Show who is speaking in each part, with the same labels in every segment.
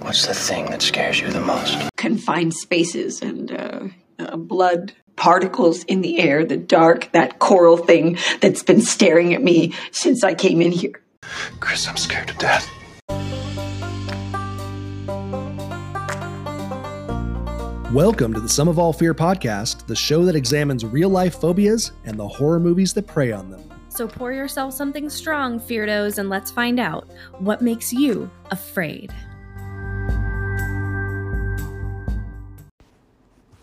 Speaker 1: What's the thing that scares you the most?
Speaker 2: Confined spaces and uh, uh, blood particles in the air, the dark, that coral thing that's been staring at me since I came in here.
Speaker 1: Chris, I'm scared to death.
Speaker 3: Welcome to the Sum of All Fear podcast, the show that examines real life phobias and the horror movies that prey on them.
Speaker 4: So pour yourself something strong, Feardos, and let's find out what makes you afraid.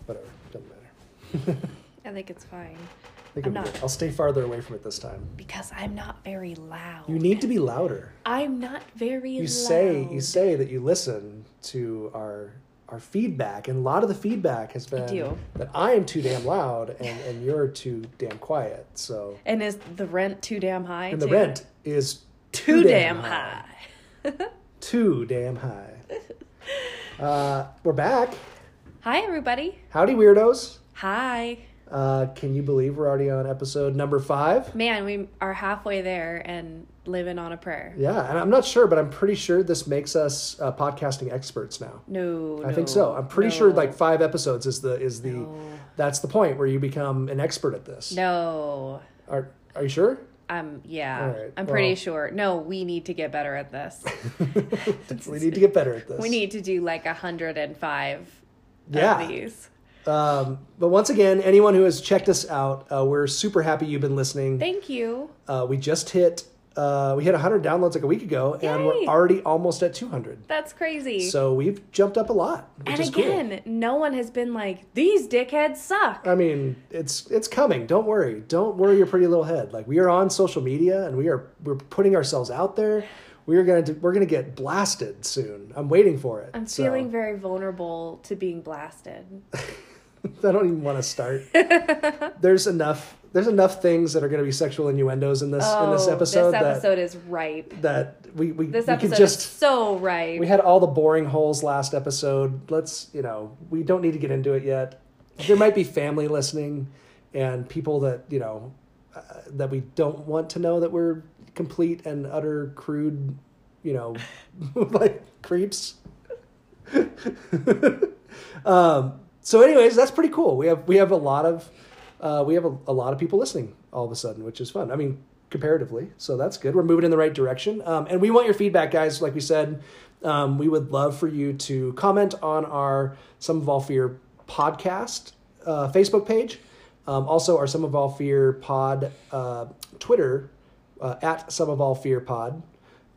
Speaker 3: Whatever, doesn't uh, matter.
Speaker 5: I think it's fine
Speaker 3: I think I'm
Speaker 5: I'm
Speaker 3: good.
Speaker 5: not.
Speaker 3: I'll stay farther away from it this time.
Speaker 5: because I'm not very loud.
Speaker 3: You need to be louder.
Speaker 5: I'm not very
Speaker 3: You
Speaker 5: loud.
Speaker 3: say you say that you listen to our our feedback, and a lot of the feedback has been
Speaker 5: do.
Speaker 3: that I am too damn loud and, and you're too damn quiet. So
Speaker 5: And is the rent too damn high?
Speaker 3: and the
Speaker 5: too?
Speaker 3: rent is
Speaker 5: too, damn, high.
Speaker 3: Too damn high. uh, we're back.
Speaker 5: Hi everybody.
Speaker 3: Howdy, weirdos.
Speaker 5: Hi.
Speaker 3: Uh, can you believe we're already on episode number five?
Speaker 5: Man, we are halfway there and living on a prayer.
Speaker 3: Yeah, and I'm not sure, but I'm pretty sure this makes us uh, podcasting experts now.
Speaker 5: No,
Speaker 3: I
Speaker 5: no,
Speaker 3: think so. I'm pretty
Speaker 5: no,
Speaker 3: sure like five episodes is the is the that's the point where you become an expert at this.
Speaker 5: No.
Speaker 3: Are Are you sure?
Speaker 5: Um yeah.
Speaker 3: All right,
Speaker 5: I'm pretty
Speaker 3: well-
Speaker 5: sure. No, we need to get better at this.
Speaker 3: We need to get better at this.
Speaker 5: we need to do like 105
Speaker 3: Yeah.
Speaker 5: of these.
Speaker 3: Um, but once again, anyone who has checked us out, uh, we're super happy you've been listening.
Speaker 5: Thank you.
Speaker 3: Uh, we just hit uh, we hit 100 downloads like a week ago, and we're
Speaker 5: Yay.
Speaker 3: already almost at 200.
Speaker 5: That's crazy.
Speaker 3: So we've jumped up a lot, which
Speaker 5: and
Speaker 3: is cool.
Speaker 5: again, no one has been like, these dickheads suck.
Speaker 3: I mean, it's it's coming. Don't worry. Don't worry your pretty little head. Like we are on social media and we are we're putting ourselves out there. We are going to we're going to get blasted soon. I'm waiting for it.
Speaker 5: I'm
Speaker 3: So,
Speaker 5: feeling very vulnerable to being blasted.
Speaker 3: I don't even want to start. there's enough there's enough things that are going to be sexual innuendos in this in this
Speaker 5: Oh,
Speaker 3: episode,
Speaker 5: this episode is ripe.
Speaker 3: that that we we,
Speaker 5: This
Speaker 3: we
Speaker 5: episode
Speaker 3: can just
Speaker 5: is so ripe.
Speaker 3: we had all the boring holes last episode. Let's, you know, we don't need to get into it yet. There might be family listening and people that, you know, uh, that we don't want to know that we're complete and utter crude, you know, like creeps. um, so anyways, that's pretty cool. We have we have a lot of uh, we have a, a lot of people listening all of a sudden, which is fun. I mean, comparatively, so that's good. We're moving in the right direction, um, and we want your feedback, guys. Like we said, um, we would love for you to comment on our Some of All Fear podcast uh, Facebook page, um, also our Some of All Fear Pod uh, Twitter uh, at Some of All Fear Pod.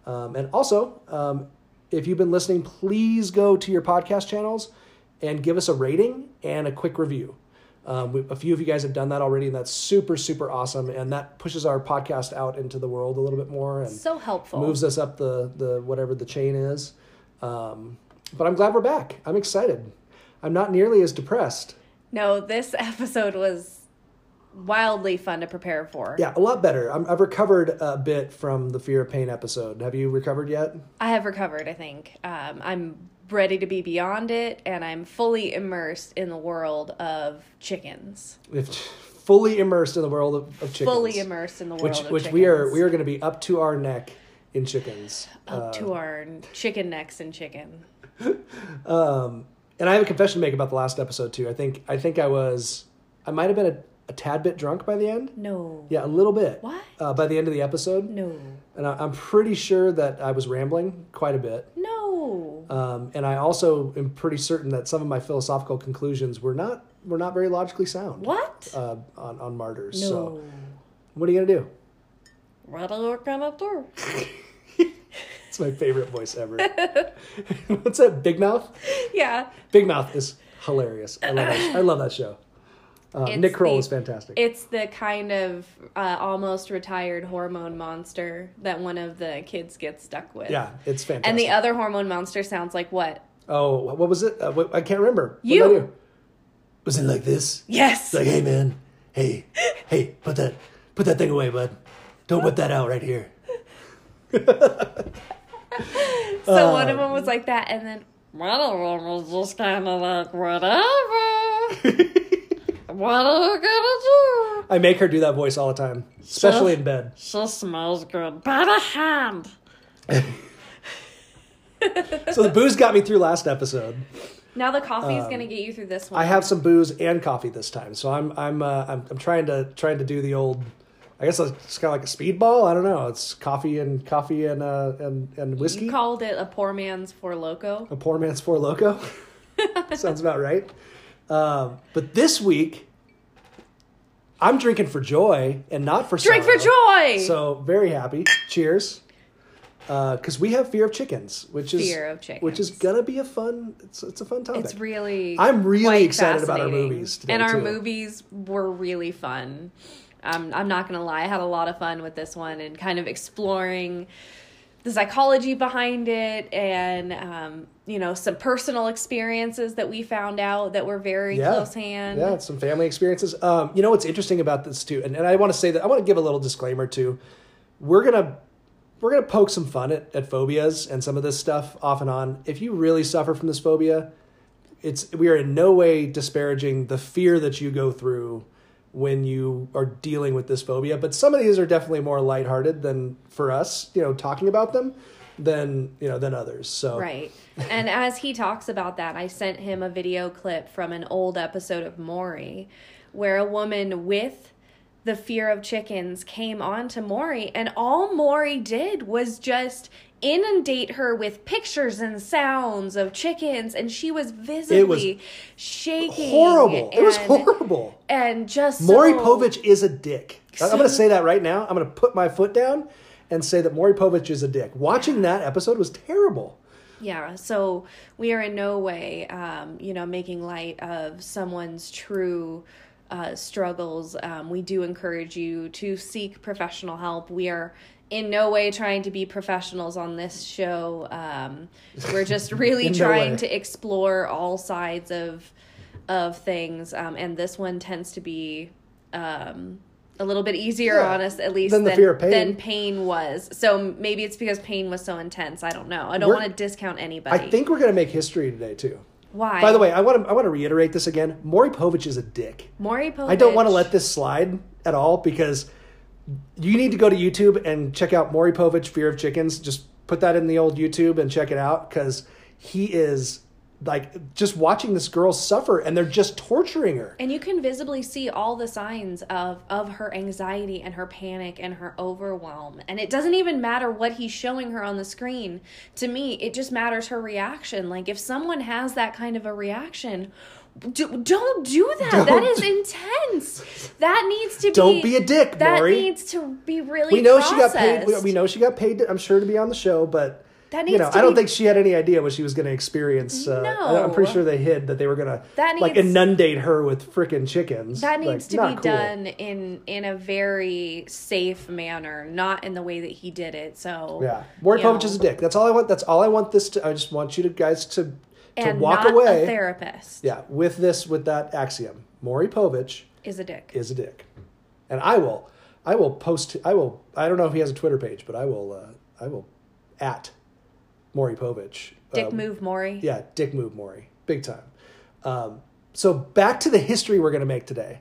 Speaker 3: Um, and also, um, if you've been listening, please go to your podcast channels and give us a rating and a quick review. Um, we, a few of you guys have done that already, and that's super, super awesome. And that pushes our podcast out into the world a little bit more and
Speaker 5: so helpful.
Speaker 3: moves us up the, the whatever the chain is. Um, but I'm glad we're back. I'm excited. I'm not nearly as depressed.
Speaker 5: No, this episode was wildly fun to prepare for.
Speaker 3: Yeah, a lot better. I'm, I've recovered a bit from the fear of pain episode. Have you recovered yet?
Speaker 5: I have recovered, I think. Um, I'm ready to be beyond it, and I'm fully immersed in the world of chickens.
Speaker 3: If fully immersed in the world of, of chickens.
Speaker 5: Fully immersed in the world
Speaker 3: which
Speaker 5: of
Speaker 3: which
Speaker 5: chickens.
Speaker 3: we are we uh, are going to be up to our neck in chickens
Speaker 5: up to our chicken necks and chicken.
Speaker 3: and i have a confession to make about the last episode too i think i think i was i might have been a, a tad bit drunk by the end
Speaker 5: No.
Speaker 3: yeah a little bit
Speaker 5: What?
Speaker 3: uh, by the end of the episode
Speaker 5: No.
Speaker 3: and I, i'm pretty sure that i was rambling quite a bit
Speaker 5: No.
Speaker 3: um, and i also am pretty certain that some of my philosophical conclusions were not were not very logically sound
Speaker 5: what?
Speaker 3: uh, on, on martyrs
Speaker 5: no.
Speaker 3: so what are you gonna do
Speaker 5: What are you gonna do?
Speaker 3: it's my favorite voice ever what's that big mouth
Speaker 5: yeah.
Speaker 3: Big Mouth is hilarious. I love that, I love that show. Uh,
Speaker 5: It's
Speaker 3: Nick Kroll
Speaker 5: the-
Speaker 3: is fantastic.
Speaker 5: It's the kind of uh, almost retired hormone monster that one of the kids gets stuck with.
Speaker 3: yeah, it's fantastic.
Speaker 5: And the other hormone monster sounds like what?
Speaker 3: oh, what was it? Uh, what, I can't remember. What did
Speaker 5: You.
Speaker 3: I do? was it like this?
Speaker 5: Yes.
Speaker 3: It's like, hey man, hey, hey, put that, put that thing away, bud. Don't whip that out right here.
Speaker 5: so one
Speaker 3: uh,
Speaker 5: of them was like that, and then one of them was just kind of like whatever. what are you gonna do?
Speaker 3: I make her do that voice all the time, especially in bed.
Speaker 5: She smells good. By the hand.
Speaker 3: So the booze got me through last episode.
Speaker 5: Now the coffee is gonna get you through this one.
Speaker 3: um, I have some booze and coffee this time, so I'm I'm uh, I'm, I'm trying to trying to do the old. I guess it's kind of like a speedball. I don't know. It's coffee and coffee and uh, and and whiskey.
Speaker 5: You called it a poor man's four loco.
Speaker 3: a poor man's four loco. Sounds about right. Um, but this week, I'm drinking for joy and not for
Speaker 5: Drink
Speaker 3: sorrow.
Speaker 5: for joy!
Speaker 3: So very happy. Cheers. Because we have fear of chickens, which is
Speaker 5: Fear of
Speaker 3: which is
Speaker 5: chickens.
Speaker 3: gonna be a fun. It's it's a fun topic.
Speaker 5: It's really.
Speaker 3: I'm really
Speaker 5: quite
Speaker 3: excited about our
Speaker 5: fascinating.
Speaker 3: movies today,
Speaker 5: and our
Speaker 3: too.
Speaker 5: movies were really fun. Um, I'm not gonna lie, I had a lot of fun with this one and kind of exploring the psychology behind it and um, you know some personal experiences that we found out that were very close hand.
Speaker 3: Yeah, it's some family experiences. Um, you know what's interesting about this too, and, and I want to say that I want to give a little disclaimer too. We're gonna we're gonna poke some fun at, at phobias and some of this stuff off and on. If you really suffer from this phobia, it's we are in no way disparaging the fear that you go through when you are dealing with this phobia. But some of these are definitely more lighthearted than for us, you know, talking about them than you know than others. So
Speaker 5: Right. And as he talks about that, I sent him a video clip from an old episode of Maury where a woman with the fear of chickens came on to Maury, and all Maury did was just inundate her with pictures and sounds of chickens, and she was visibly shaking.
Speaker 3: horrible. It was
Speaker 5: and-
Speaker 3: horrible.
Speaker 5: And just
Speaker 3: Maury
Speaker 5: so-
Speaker 3: Povich is a dick. I- I'm
Speaker 5: So-
Speaker 3: going to say that right now. I'm going to put my foot down and say that Maury Povich is a dick. Watching that episode was terrible.
Speaker 5: Yeah, so we are in no way, um, you know, making light of someone's true uh, struggles. Um, we do encourage you to seek professional help. We are in no way trying to be professionals on this show. Um, we're just really
Speaker 3: In no
Speaker 5: trying
Speaker 3: way.
Speaker 5: to explore all sides of of things, um, and this one tends to be. Um, a little bit easier
Speaker 3: Yeah,
Speaker 5: on us, at least
Speaker 3: than the fear of pain.
Speaker 5: than pain was. So maybe it's because pain was so intense. I don't know. I don't
Speaker 3: We're-
Speaker 5: want to discount anybody.
Speaker 3: I think we're going to make history today too.
Speaker 5: Why?
Speaker 3: By the way, I want to I want to reiterate this again. Maury Povich is a dick.
Speaker 5: Maury Povich.
Speaker 3: I don't want to let this slide at all because you need to go to YouTube and check out Maury Povich Fear of Chickens. Just put that in the old YouTube and check it out because he is like just watching this girl suffer and they're just torturing her.
Speaker 5: And you can visibly see all the signs of of her anxiety and her panic and her overwhelm. And it doesn't even matter what he's showing her on the screen. To me, it just matters her reaction. Like if someone has that kind of a reaction, do, don't do that. That
Speaker 3: Don't
Speaker 5: is
Speaker 3: do-
Speaker 5: intense. That needs to be.
Speaker 3: Don't be a dick,
Speaker 5: That
Speaker 3: Maury.
Speaker 5: needs to be really.
Speaker 3: we know she got paid. We,
Speaker 5: processed.
Speaker 3: we know she got paid. To, I'm sure to be on the show, but
Speaker 5: That
Speaker 3: you
Speaker 5: needs
Speaker 3: know,
Speaker 5: to
Speaker 3: I don't
Speaker 5: be-
Speaker 3: think she had any idea what she was going to experience. Uh, I- I'm pretty
Speaker 5: No.
Speaker 3: sure they hid that they were going to
Speaker 5: That
Speaker 3: like
Speaker 5: needs-
Speaker 3: inundate her with freaking chickens.
Speaker 5: that
Speaker 3: Like,
Speaker 5: needs to
Speaker 3: not
Speaker 5: be
Speaker 3: cool.
Speaker 5: done in in a very safe manner not in the way that he did it so
Speaker 3: Yeah, Maury
Speaker 5: you know,
Speaker 3: Povich is a dick. That's all I want. That's all I want. This. To, I just want you to guys to to
Speaker 5: and
Speaker 3: walk
Speaker 5: not
Speaker 3: away.
Speaker 5: a therapist
Speaker 3: yeah, with this, with that axiom, Maury Povich
Speaker 5: is a dick
Speaker 3: is a dick, and I will, I will post. I will. I don't know if he has a Twitter page, but I will. Uh, I will at Maury Povich.
Speaker 5: dick
Speaker 3: uh,
Speaker 5: move maury
Speaker 3: Yeah, dick move Maury, big time. Um, so back to the history we're going to make today.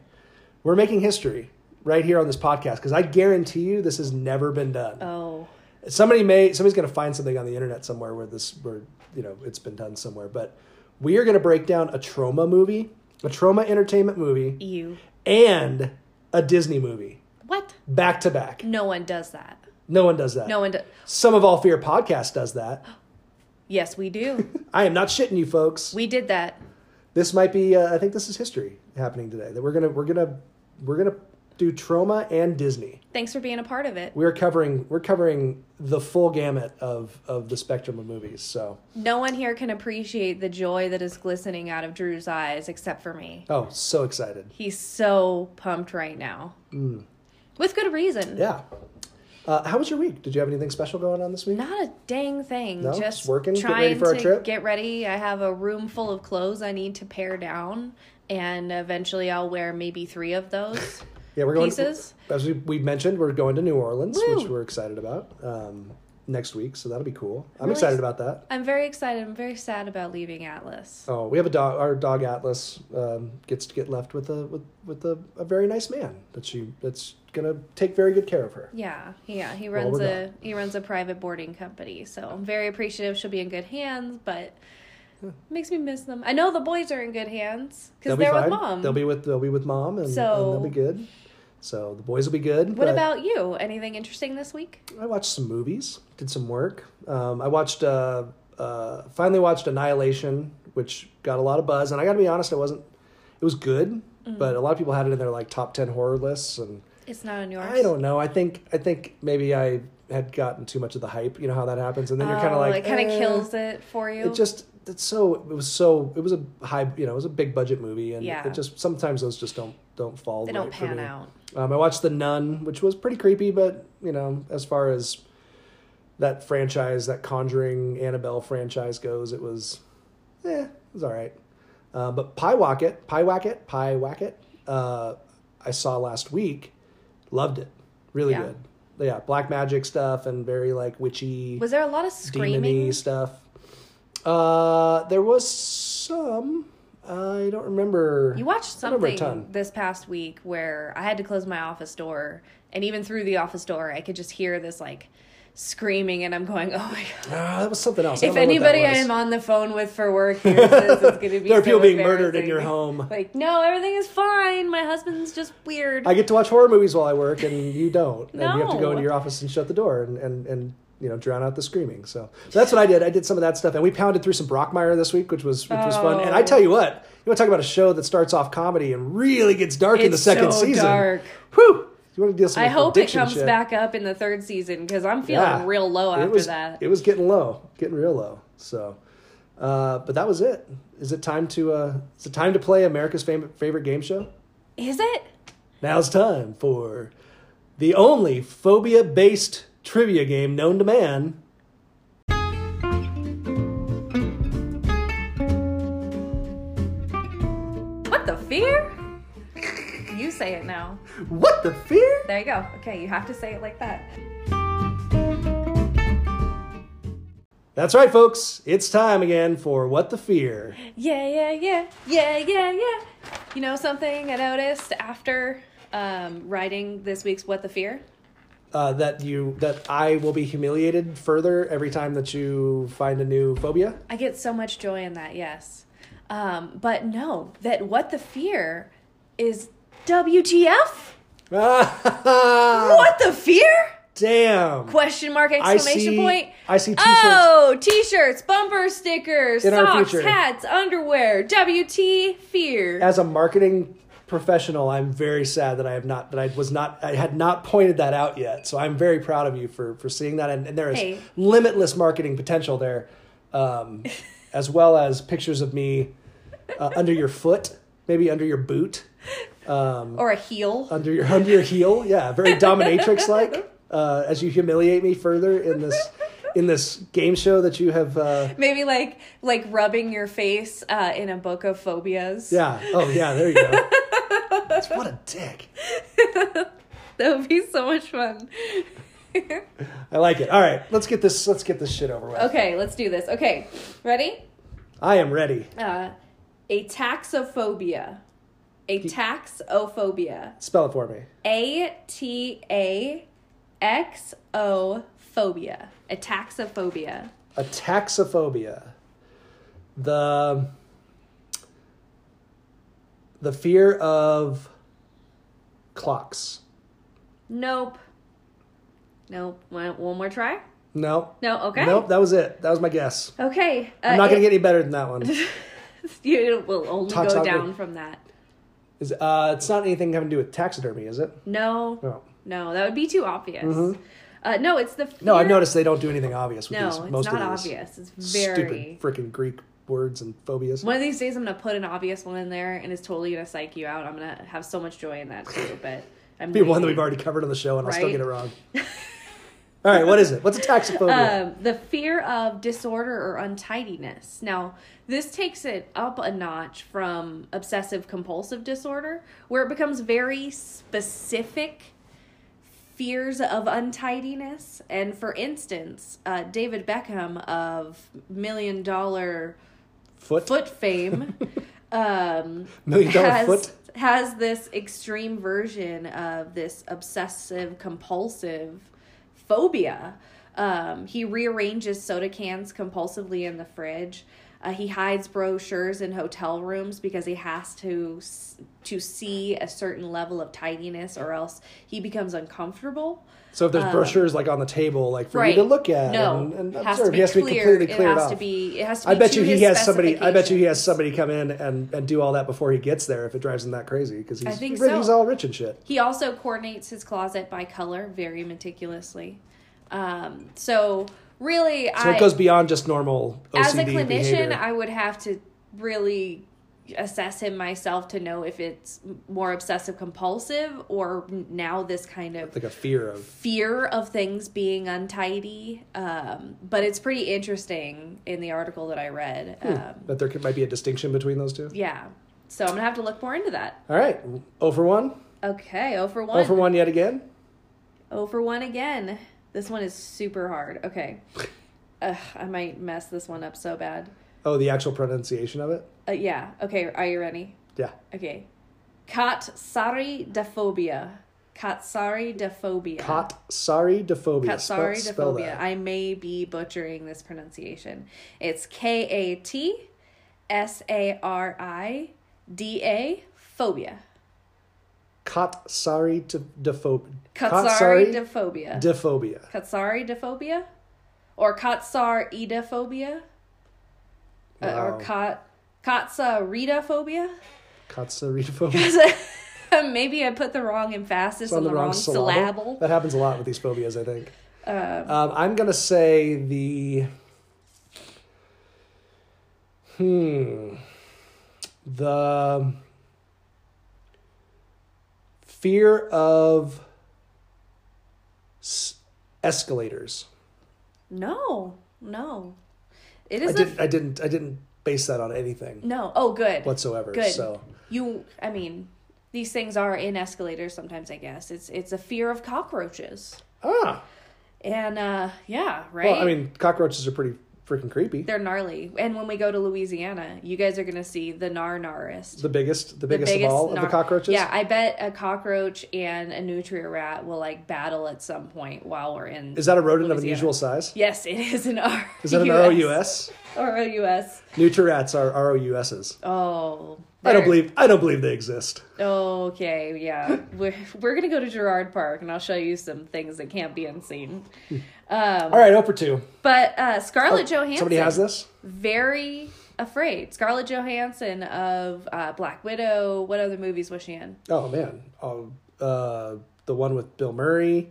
Speaker 3: We're making history right here on this podcast because I guarantee you this has never been done.
Speaker 5: oh
Speaker 3: Somebody may somebody's going to find something on the internet somewhere where this where you know it's been done somewhere. But we are going to break down a trauma movie, a trauma entertainment movie,
Speaker 5: you
Speaker 3: and a Disney movie
Speaker 5: what
Speaker 3: back to back.
Speaker 5: no one does that
Speaker 3: No one does that.
Speaker 5: no one does
Speaker 3: Some of All Fear podcast does that.
Speaker 5: yes we do
Speaker 3: I am not shitting you, folks.
Speaker 5: we did that
Speaker 3: this might be uh, i think this is history happening today that we're gonna we're gonna we're gonna do trauma and disney
Speaker 5: thanks for being a part of it
Speaker 3: we're covering we're covering the full gamut of of the spectrum of movies so
Speaker 5: no one here can appreciate the joy that is glistening out of drew's eyes except for me
Speaker 3: oh so excited
Speaker 5: he's so pumped right now
Speaker 3: Mm.
Speaker 5: with good reason
Speaker 3: yeah uh, how was your week did you have anything special going on this week
Speaker 5: Not a dang thing.
Speaker 3: No?
Speaker 5: just
Speaker 3: Just working, getting
Speaker 5: Trying
Speaker 3: ready for our
Speaker 5: to
Speaker 3: trip?
Speaker 5: get ready. I have a room full of clothes I need to pare down, and eventually I'll wear maybe three of those.
Speaker 3: yeah we're going
Speaker 5: pieces?
Speaker 3: as we, we mentioned we're going to new orleans which
Speaker 5: Woo.
Speaker 3: we're excited about um, next week so that'll be cool i'm
Speaker 5: Really
Speaker 3: excited
Speaker 5: ex-
Speaker 3: about that
Speaker 5: I'm very excited. I'm very sad about leaving Atlas.
Speaker 3: Oh, we have a dog. Our dog Atlas um, gets to get left with a with, with a, a very nice man that she that's gonna take very good care of her.
Speaker 5: Yeah, yeah. He
Speaker 3: Well,
Speaker 5: runs
Speaker 3: we're
Speaker 5: a he runs a private boarding company, so I'm very appreciative she'll be in good hands. But makes me miss them. I know the boys are in good hands because
Speaker 3: be
Speaker 5: they're with
Speaker 3: fine.
Speaker 5: mom.
Speaker 3: They'll be with they'll be with mom, and, and
Speaker 5: So-
Speaker 3: they'll be good. So the boys will be good.
Speaker 5: what about you? Anything interesting this week?
Speaker 3: I watched some movies, did some work. Um, I watched, uh, uh, finally watched Annihilation, which got a lot of buzz. And I got to be honest, I wasn't. It was good,
Speaker 5: Mm.
Speaker 3: but a lot of people had it in their like top ten horror lists, and
Speaker 5: It's not on yours.
Speaker 3: I don't know. I think I think maybe I had gotten too much of the hype. You know how that happens, and then you're kind of
Speaker 5: Oh,
Speaker 3: like
Speaker 5: it kind of
Speaker 3: "Eh."
Speaker 5: kills it for you.
Speaker 3: It just it's so it was so it was a high you know it was a big budget movie, and
Speaker 5: Yeah.
Speaker 3: it just sometimes those just don't don't fall.
Speaker 5: they don't
Speaker 3: right for
Speaker 5: pan
Speaker 3: me.
Speaker 5: out.
Speaker 3: Um, I watched The Nun, which was pretty creepy, but you know, as far as that franchise, that Conjuring Annabelle franchise goes, it was, eh, it was all right. Uh, but Pie Wacket, Pie Wacket, Pie Wacket, uh, I saw last week, loved it, really
Speaker 5: Yeah.
Speaker 3: good. Yeah, black magic stuff and very like witchy,
Speaker 5: Was there a lot of
Speaker 3: demony
Speaker 5: screaming?
Speaker 3: stuff. Uh, there was some. I don't remember.
Speaker 5: You watched
Speaker 3: I remember a
Speaker 5: something this past week where I had to close my office door, and even through the office door, I could just hear this like screaming, and I'm going, "Oh my god."
Speaker 3: Ah, that was something else. I
Speaker 5: if
Speaker 3: don't know what that
Speaker 5: anybody I
Speaker 3: was.
Speaker 5: am on the phone with for work hears this, it's gonna be
Speaker 3: There are
Speaker 5: so
Speaker 3: people being murdered in
Speaker 5: embarrassing.
Speaker 3: your home.
Speaker 5: Like, no, everything is fine. My husband's just weird.
Speaker 3: I get to watch horror movies while I work, and you don't. And you have to
Speaker 5: No.
Speaker 3: go into your office and shut the door and, and, and you know drown out the screaming. So that's what I did. I did some of that stuff, and we pounded through some Brockmire this week, which was which was fun. And I
Speaker 5: Oh.
Speaker 3: tell you what, you want to talk about a show that starts off comedy and really gets dark in the
Speaker 5: It's
Speaker 3: second
Speaker 5: so
Speaker 3: season.
Speaker 5: dark.
Speaker 3: Whew. You want to deal some
Speaker 5: I hope it
Speaker 3: addiction
Speaker 5: comes
Speaker 3: shit.
Speaker 5: back up in the third season because I'm feeling
Speaker 3: Yeah.
Speaker 5: real low after
Speaker 3: it was,
Speaker 5: that.
Speaker 3: It was getting low, getting real low. So, uh, but that was it. Is it time to uh, is it time to play America's favorite favorite game show?
Speaker 5: Is it?
Speaker 3: Now it's time for the only phobia based trivia game known to man.
Speaker 5: What the fear? You say it now.
Speaker 3: What the fear?
Speaker 5: There you go. Okay, you have to say it like that.
Speaker 3: That's right, folks. It's time again for What the Fear.
Speaker 5: Yeah, yeah, yeah, yeah, yeah, yeah. You know something I noticed after um, writing this week's What the Fear?
Speaker 3: Uh, that you that I will be humiliated further every time that you find a new phobia.
Speaker 5: I get so much joy in that, yes. Um, but no, that what the fear is WTF?
Speaker 3: what?
Speaker 5: What the fear?
Speaker 3: Damn.
Speaker 5: Question mark
Speaker 3: I
Speaker 5: exclamation
Speaker 3: see.
Speaker 5: point.
Speaker 3: I see t-shirts.
Speaker 5: Oh, t-shirts, bumper stickers,
Speaker 3: In our
Speaker 5: socks,
Speaker 3: future. Uh,
Speaker 5: hats, underwear. WT fear.
Speaker 3: As a marketing professional, I'm very sad that I have not that I was not I had not pointed that out yet. So I'm very proud of you for for seeing that, and, and there is
Speaker 5: Hey.
Speaker 3: limitless marketing potential there, um, as well as pictures of me uh, under your foot, maybe under your boot,
Speaker 5: or a heel.
Speaker 3: under your under your heel. Yeah, very dominatrix like. Uh, as you humiliate me further in this in this game show that you have. Uh,
Speaker 5: Maybe like like rubbing your face uh, in a book of phobias.
Speaker 3: yeah. Oh yeah. There you go. That's what a dick.
Speaker 5: That would be so much fun.
Speaker 3: I like it. All right, let's get this. Let's get this shit over with.
Speaker 5: Okay, let's do this. Okay, ready?
Speaker 3: I am ready.
Speaker 5: uh, a taxophobia. A taxophobia.
Speaker 3: Spell it for me.
Speaker 5: A T A X O phobia. A taxophobia.
Speaker 3: A taxophobia. The the fear of clocks.
Speaker 5: Nope. Nope. One, one more try?
Speaker 3: No.
Speaker 5: No, okay.
Speaker 3: Nope, that was it. That was my guess.
Speaker 5: Okay. Uh,
Speaker 3: I'm not gonna
Speaker 5: it-
Speaker 3: get any better than that one.
Speaker 5: You it will only go
Speaker 3: Taxophobia.
Speaker 5: down from that.
Speaker 3: Is uh, it's not anything having to do with taxidermy, is it?
Speaker 5: No. No,
Speaker 3: No.
Speaker 5: that would be too obvious. Uh, no, it's the.
Speaker 3: Mm-hmm. No, I've
Speaker 5: fear-
Speaker 3: noticed they don't do anything obvious with
Speaker 5: No,
Speaker 3: these.
Speaker 5: it's
Speaker 3: most
Speaker 5: not
Speaker 3: of these
Speaker 5: obvious. It's very.
Speaker 3: stupid freaking Greek words and phobias.
Speaker 5: One of these days, I'm gonna put an obvious one in there, and it's totally gonna psych you out. I'm gonna have so much joy in that too. But I'm
Speaker 3: Be one
Speaker 5: waiting.
Speaker 3: that we've already covered on the show, and I'll still
Speaker 5: Right.
Speaker 3: get it wrong. All right, what is it? What's a taxophobia?
Speaker 5: Um, the fear of disorder or untidiness. Now, this takes it up a notch from obsessive compulsive disorder, where it becomes very specific fears of untidiness. And for instance, uh, David Beckham of Million Dollar
Speaker 3: foot,
Speaker 5: Foot fame. um,
Speaker 3: million dollar
Speaker 5: has
Speaker 3: foot.
Speaker 5: has this extreme version of this obsessive compulsive phobia. Um, he rearranges soda cans compulsively in the fridge. Uh, he hides brochures in hotel rooms because he has to s- to see a certain level of tidiness, or else he becomes uncomfortable.
Speaker 3: So if there's brochures like on the table, like for
Speaker 5: um, right.
Speaker 3: you to look at,
Speaker 5: No,
Speaker 3: and, and
Speaker 5: it has
Speaker 3: observe,
Speaker 5: to
Speaker 3: he has to
Speaker 5: be
Speaker 3: be
Speaker 5: clear.
Speaker 3: completely
Speaker 5: It
Speaker 3: cleared
Speaker 5: has
Speaker 3: off.
Speaker 5: to be- it has to
Speaker 3: I
Speaker 5: be
Speaker 3: bet
Speaker 5: to
Speaker 3: you he
Speaker 5: his
Speaker 3: has somebody. I bet you he has
Speaker 5: specifications.
Speaker 3: somebody come in and and do all that before he gets there if it drives him that crazy because he's
Speaker 5: think
Speaker 3: he's-
Speaker 5: so.
Speaker 3: he's all rich and shit.
Speaker 5: He also coordinates his closet by color very meticulously. Um, so really,
Speaker 3: So
Speaker 5: I
Speaker 3: it goes beyond just normal OCD
Speaker 5: as a clinician,
Speaker 3: behavior.
Speaker 5: I would have to really assess him myself to know if it's more obsessive compulsive or now this kind of
Speaker 3: like a fear of
Speaker 5: fear of things being untidy. Um, but it's pretty interesting in the article that I read.
Speaker 3: Hmm.
Speaker 5: Um,
Speaker 3: that there could, might be a distinction between those two.
Speaker 5: yeah. So I'm gonna have to look more into that.
Speaker 3: All right, oh for one,
Speaker 5: Okay, oh for one.
Speaker 3: oh for one yet again.
Speaker 5: Oh for one again. This one is super hard. Okay. Ugh, I might mess this one up so bad.
Speaker 3: Oh, the actual pronunciation of it.
Speaker 5: Uh, yeah. Okay. Are you ready?
Speaker 3: Yeah,
Speaker 5: Okay. Katsaridaphobia. Katsaridaphobia.
Speaker 3: Katsaridophobia. Spell- spell
Speaker 5: Katsaridaphobia.
Speaker 3: that.
Speaker 5: I may be butchering this pronunciation. It's K A T S A R I D A phobia.
Speaker 3: Katsaridophobia.
Speaker 5: Katsaridaphobia.
Speaker 3: Katsaridophobia.
Speaker 5: Katsaridaphobia? Or Katsaridaphobia? Uh,
Speaker 3: Wow.
Speaker 5: or kat, Katsaridaphobia?
Speaker 3: Katsaridophobia.
Speaker 5: Maybe I put the wrong emphasis
Speaker 3: It's
Speaker 5: on the, wrong, syllable.
Speaker 3: That happens a lot with these phobias, I think. um, I'm gonna say the. Hmm. The fear of s- escalators.
Speaker 5: No, no. It
Speaker 3: I
Speaker 5: is a
Speaker 3: didn't. I didn't. I didn't base that on anything
Speaker 5: no. Oh, good.
Speaker 3: whatsoever.
Speaker 5: good.
Speaker 3: So
Speaker 5: You, I mean, these things are in escalators sometimes. I guess it's it's a fear of cockroaches.
Speaker 3: ah,
Speaker 5: And uh, yeah, right.
Speaker 3: well, I mean, cockroaches are pretty freaking creepy.
Speaker 5: they're gnarly. And when we go to Louisiana, you guys are gonna see the gnar gnarist.
Speaker 3: The biggest, the biggest, of all of the
Speaker 5: gnar-
Speaker 3: cockroaches.
Speaker 5: Yeah, I bet a cockroach and a nutria rat will like battle at some point while we're in.
Speaker 3: Is that a rodent of
Speaker 5: Louisiana.
Speaker 3: unusual size?
Speaker 5: Yes, it is an R.
Speaker 3: Is that an ROUS?
Speaker 5: ROUS.
Speaker 3: Nutri-rats are ROUSs.
Speaker 5: Oh.
Speaker 3: I
Speaker 5: they're-
Speaker 3: don't believe I don't believe they exist.
Speaker 5: Okay, yeah. we're we're gonna go to Girard Park, and I'll show you some things that can't be unseen.
Speaker 3: All right, over two.
Speaker 5: But uh, Scarlett Johansson.
Speaker 3: Oh, Somebody has this.
Speaker 5: Very afraid. Scarlett Johansson of uh, Black Widow. What other movies was she in?
Speaker 3: Oh man, oh, uh, the one with Bill Murray,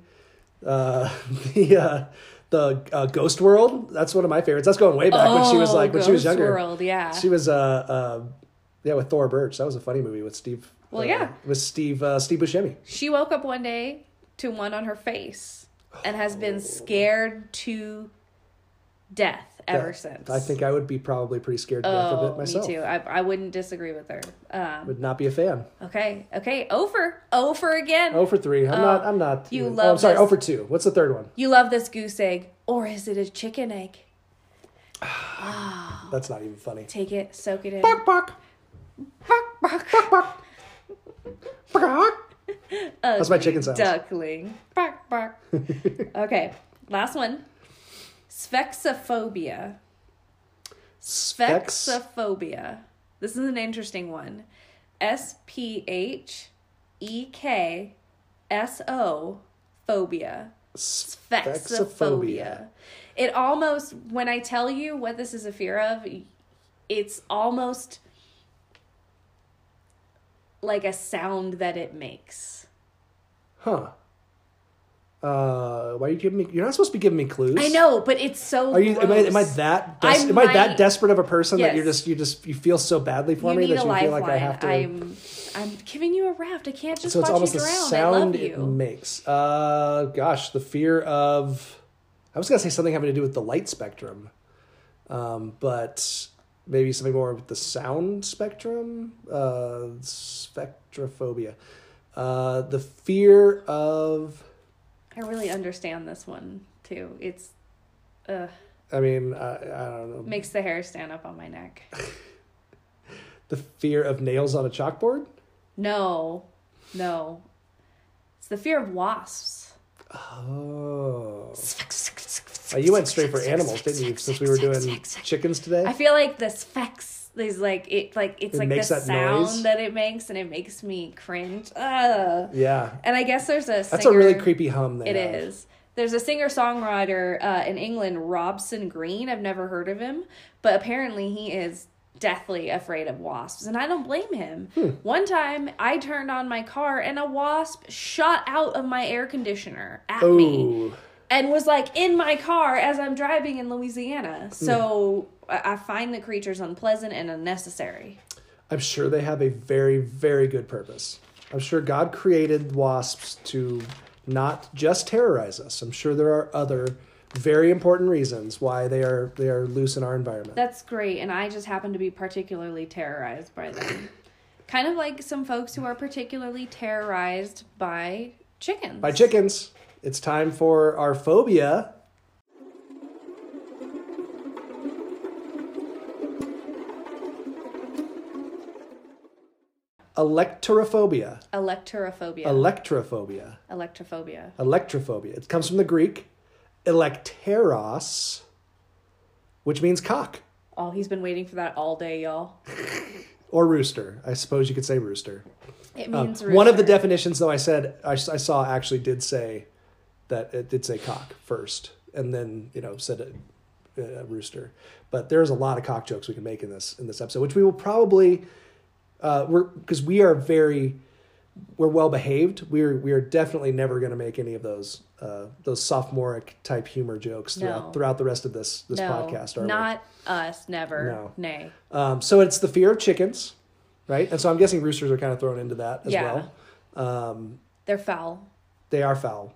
Speaker 3: uh, the uh, the uh, Ghost World. That's one of my favorites. That's going way back when she was
Speaker 5: Oh,
Speaker 3: like when she was
Speaker 5: Ghost
Speaker 3: younger.
Speaker 5: World, yeah.
Speaker 3: She was uh, uh yeah with Thor Birch. That was a funny movie with Steve.
Speaker 5: Well,
Speaker 3: uh,
Speaker 5: yeah.
Speaker 3: with Steve uh, Steve Buscemi.
Speaker 5: She woke up one day to one on her face and has been scared to death ever
Speaker 3: Yeah.
Speaker 5: since.
Speaker 3: I think I would be probably pretty scared to death of
Speaker 5: oh,
Speaker 3: it myself.
Speaker 5: me too. I, I wouldn't disagree with her. Um,
Speaker 3: Would not be a fan.
Speaker 5: okay, okay, over, over again.
Speaker 3: Oh for three. I'm not. I'm not.
Speaker 5: you
Speaker 3: oh, I'm
Speaker 5: love
Speaker 3: sorry.
Speaker 5: this.
Speaker 3: Oh for two. What's the third one?
Speaker 5: You love this goose egg, or is it a chicken egg?
Speaker 3: That's not even funny.
Speaker 5: Take it, soak it in.
Speaker 3: That's my chicken sounds.
Speaker 5: Duckling. Bark, bark. okay, last one. Sphexophobia.
Speaker 3: Specs.
Speaker 5: Vexophobia. This is an interesting one. S P H E K S O phobia. Vexophobia. It almost, when I tell you what this is a fear of, it's almost like a sound that it makes.
Speaker 3: Huh. Uh, why are you giving me? You're not supposed to be giving me clues.
Speaker 5: I know, but it's so.
Speaker 3: Are you? Am I, am I
Speaker 5: gross.
Speaker 3: that?
Speaker 5: I
Speaker 3: Des- am I that
Speaker 5: might-
Speaker 3: desperate of a person that you're
Speaker 5: Yes.
Speaker 3: just you just you feel so badly for
Speaker 5: You
Speaker 3: me
Speaker 5: need
Speaker 3: that
Speaker 5: a
Speaker 3: you feel like
Speaker 5: lifeline.
Speaker 3: I have to?
Speaker 5: I'm, I'm giving you a raft. I can't just
Speaker 3: so it's
Speaker 5: watch
Speaker 3: almost
Speaker 5: you
Speaker 3: the
Speaker 5: drown. I
Speaker 3: sound
Speaker 5: love
Speaker 3: it
Speaker 5: you.
Speaker 3: makes. Uh, gosh, the fear of. I was gonna say something having to do with the light spectrum, um, but maybe something more with the sound spectrum. Uh, spectrophobia, uh, the fear of.
Speaker 5: I really understand this one too. It's uh
Speaker 3: I mean, I, I don't know.
Speaker 5: makes the hair stand up on my neck.
Speaker 3: The fear of nails on a chalkboard.
Speaker 5: No, no. It's the fear of wasps.
Speaker 3: Oh. Oh, you went straight for animals, didn't you? Since we were doing chickens today.
Speaker 5: I feel like the sphex is like it like it's
Speaker 3: It
Speaker 5: like the
Speaker 3: makes that
Speaker 5: sound
Speaker 3: noise?
Speaker 5: that it makes and it makes me cringe. Ugh.
Speaker 3: yeah,
Speaker 5: And I guess there's a singer,
Speaker 3: that's a really creepy hum. They
Speaker 5: It
Speaker 3: have.
Speaker 5: is. There's a singer songwriter uh, in England, Robson Green. I've never heard of him, but apparently he is deathly afraid of wasps, and I don't blame him. One time, I turned on my car, and a wasp shot out of my air conditioner at me
Speaker 3: Oh,
Speaker 5: and was like in my car as I'm driving in Louisiana. So I I find the creatures unpleasant and unnecessary.
Speaker 3: I'm sure they have a very, very good purpose. I'm sure God created wasps to not just terrorize us. I'm sure there are other very important reasons why they are they are loose in our environment.
Speaker 5: That's great, and I just happen to be particularly terrorized by them. kind of like some folks who are particularly terrorized by chickens.
Speaker 3: By chickens, it's time for our phobia. Electorophobia.
Speaker 5: Electrophobia.
Speaker 3: Electrophobia.
Speaker 5: Electrophobia.
Speaker 3: Electrophobia. It comes from the Greek electeros, which means cock
Speaker 5: Oh, he's been waiting for that all day, y'all.
Speaker 3: or rooster. I suppose you could say rooster.
Speaker 5: It means
Speaker 3: Um, One of the
Speaker 5: rooster.
Speaker 3: definitions, though, I said I, I saw actually did say that it did say cock first, and then you know said a, a rooster. But there's a lot of cock jokes we can make in this in this episode, which we will probably uh, we're because we are very we're well behaved. We're we are definitely never going to make any of those uh, those sophomoric type humor jokes throughout
Speaker 5: No.
Speaker 3: throughout the rest of this this
Speaker 5: no,
Speaker 3: podcast. Are we?
Speaker 5: not us. Never.
Speaker 3: No.
Speaker 5: Nay.
Speaker 3: Um, so it's the fear of chickens, right? And so I'm guessing roosters are kind of thrown into that as
Speaker 5: Yeah.
Speaker 3: well.
Speaker 5: They're foul.
Speaker 3: they are foul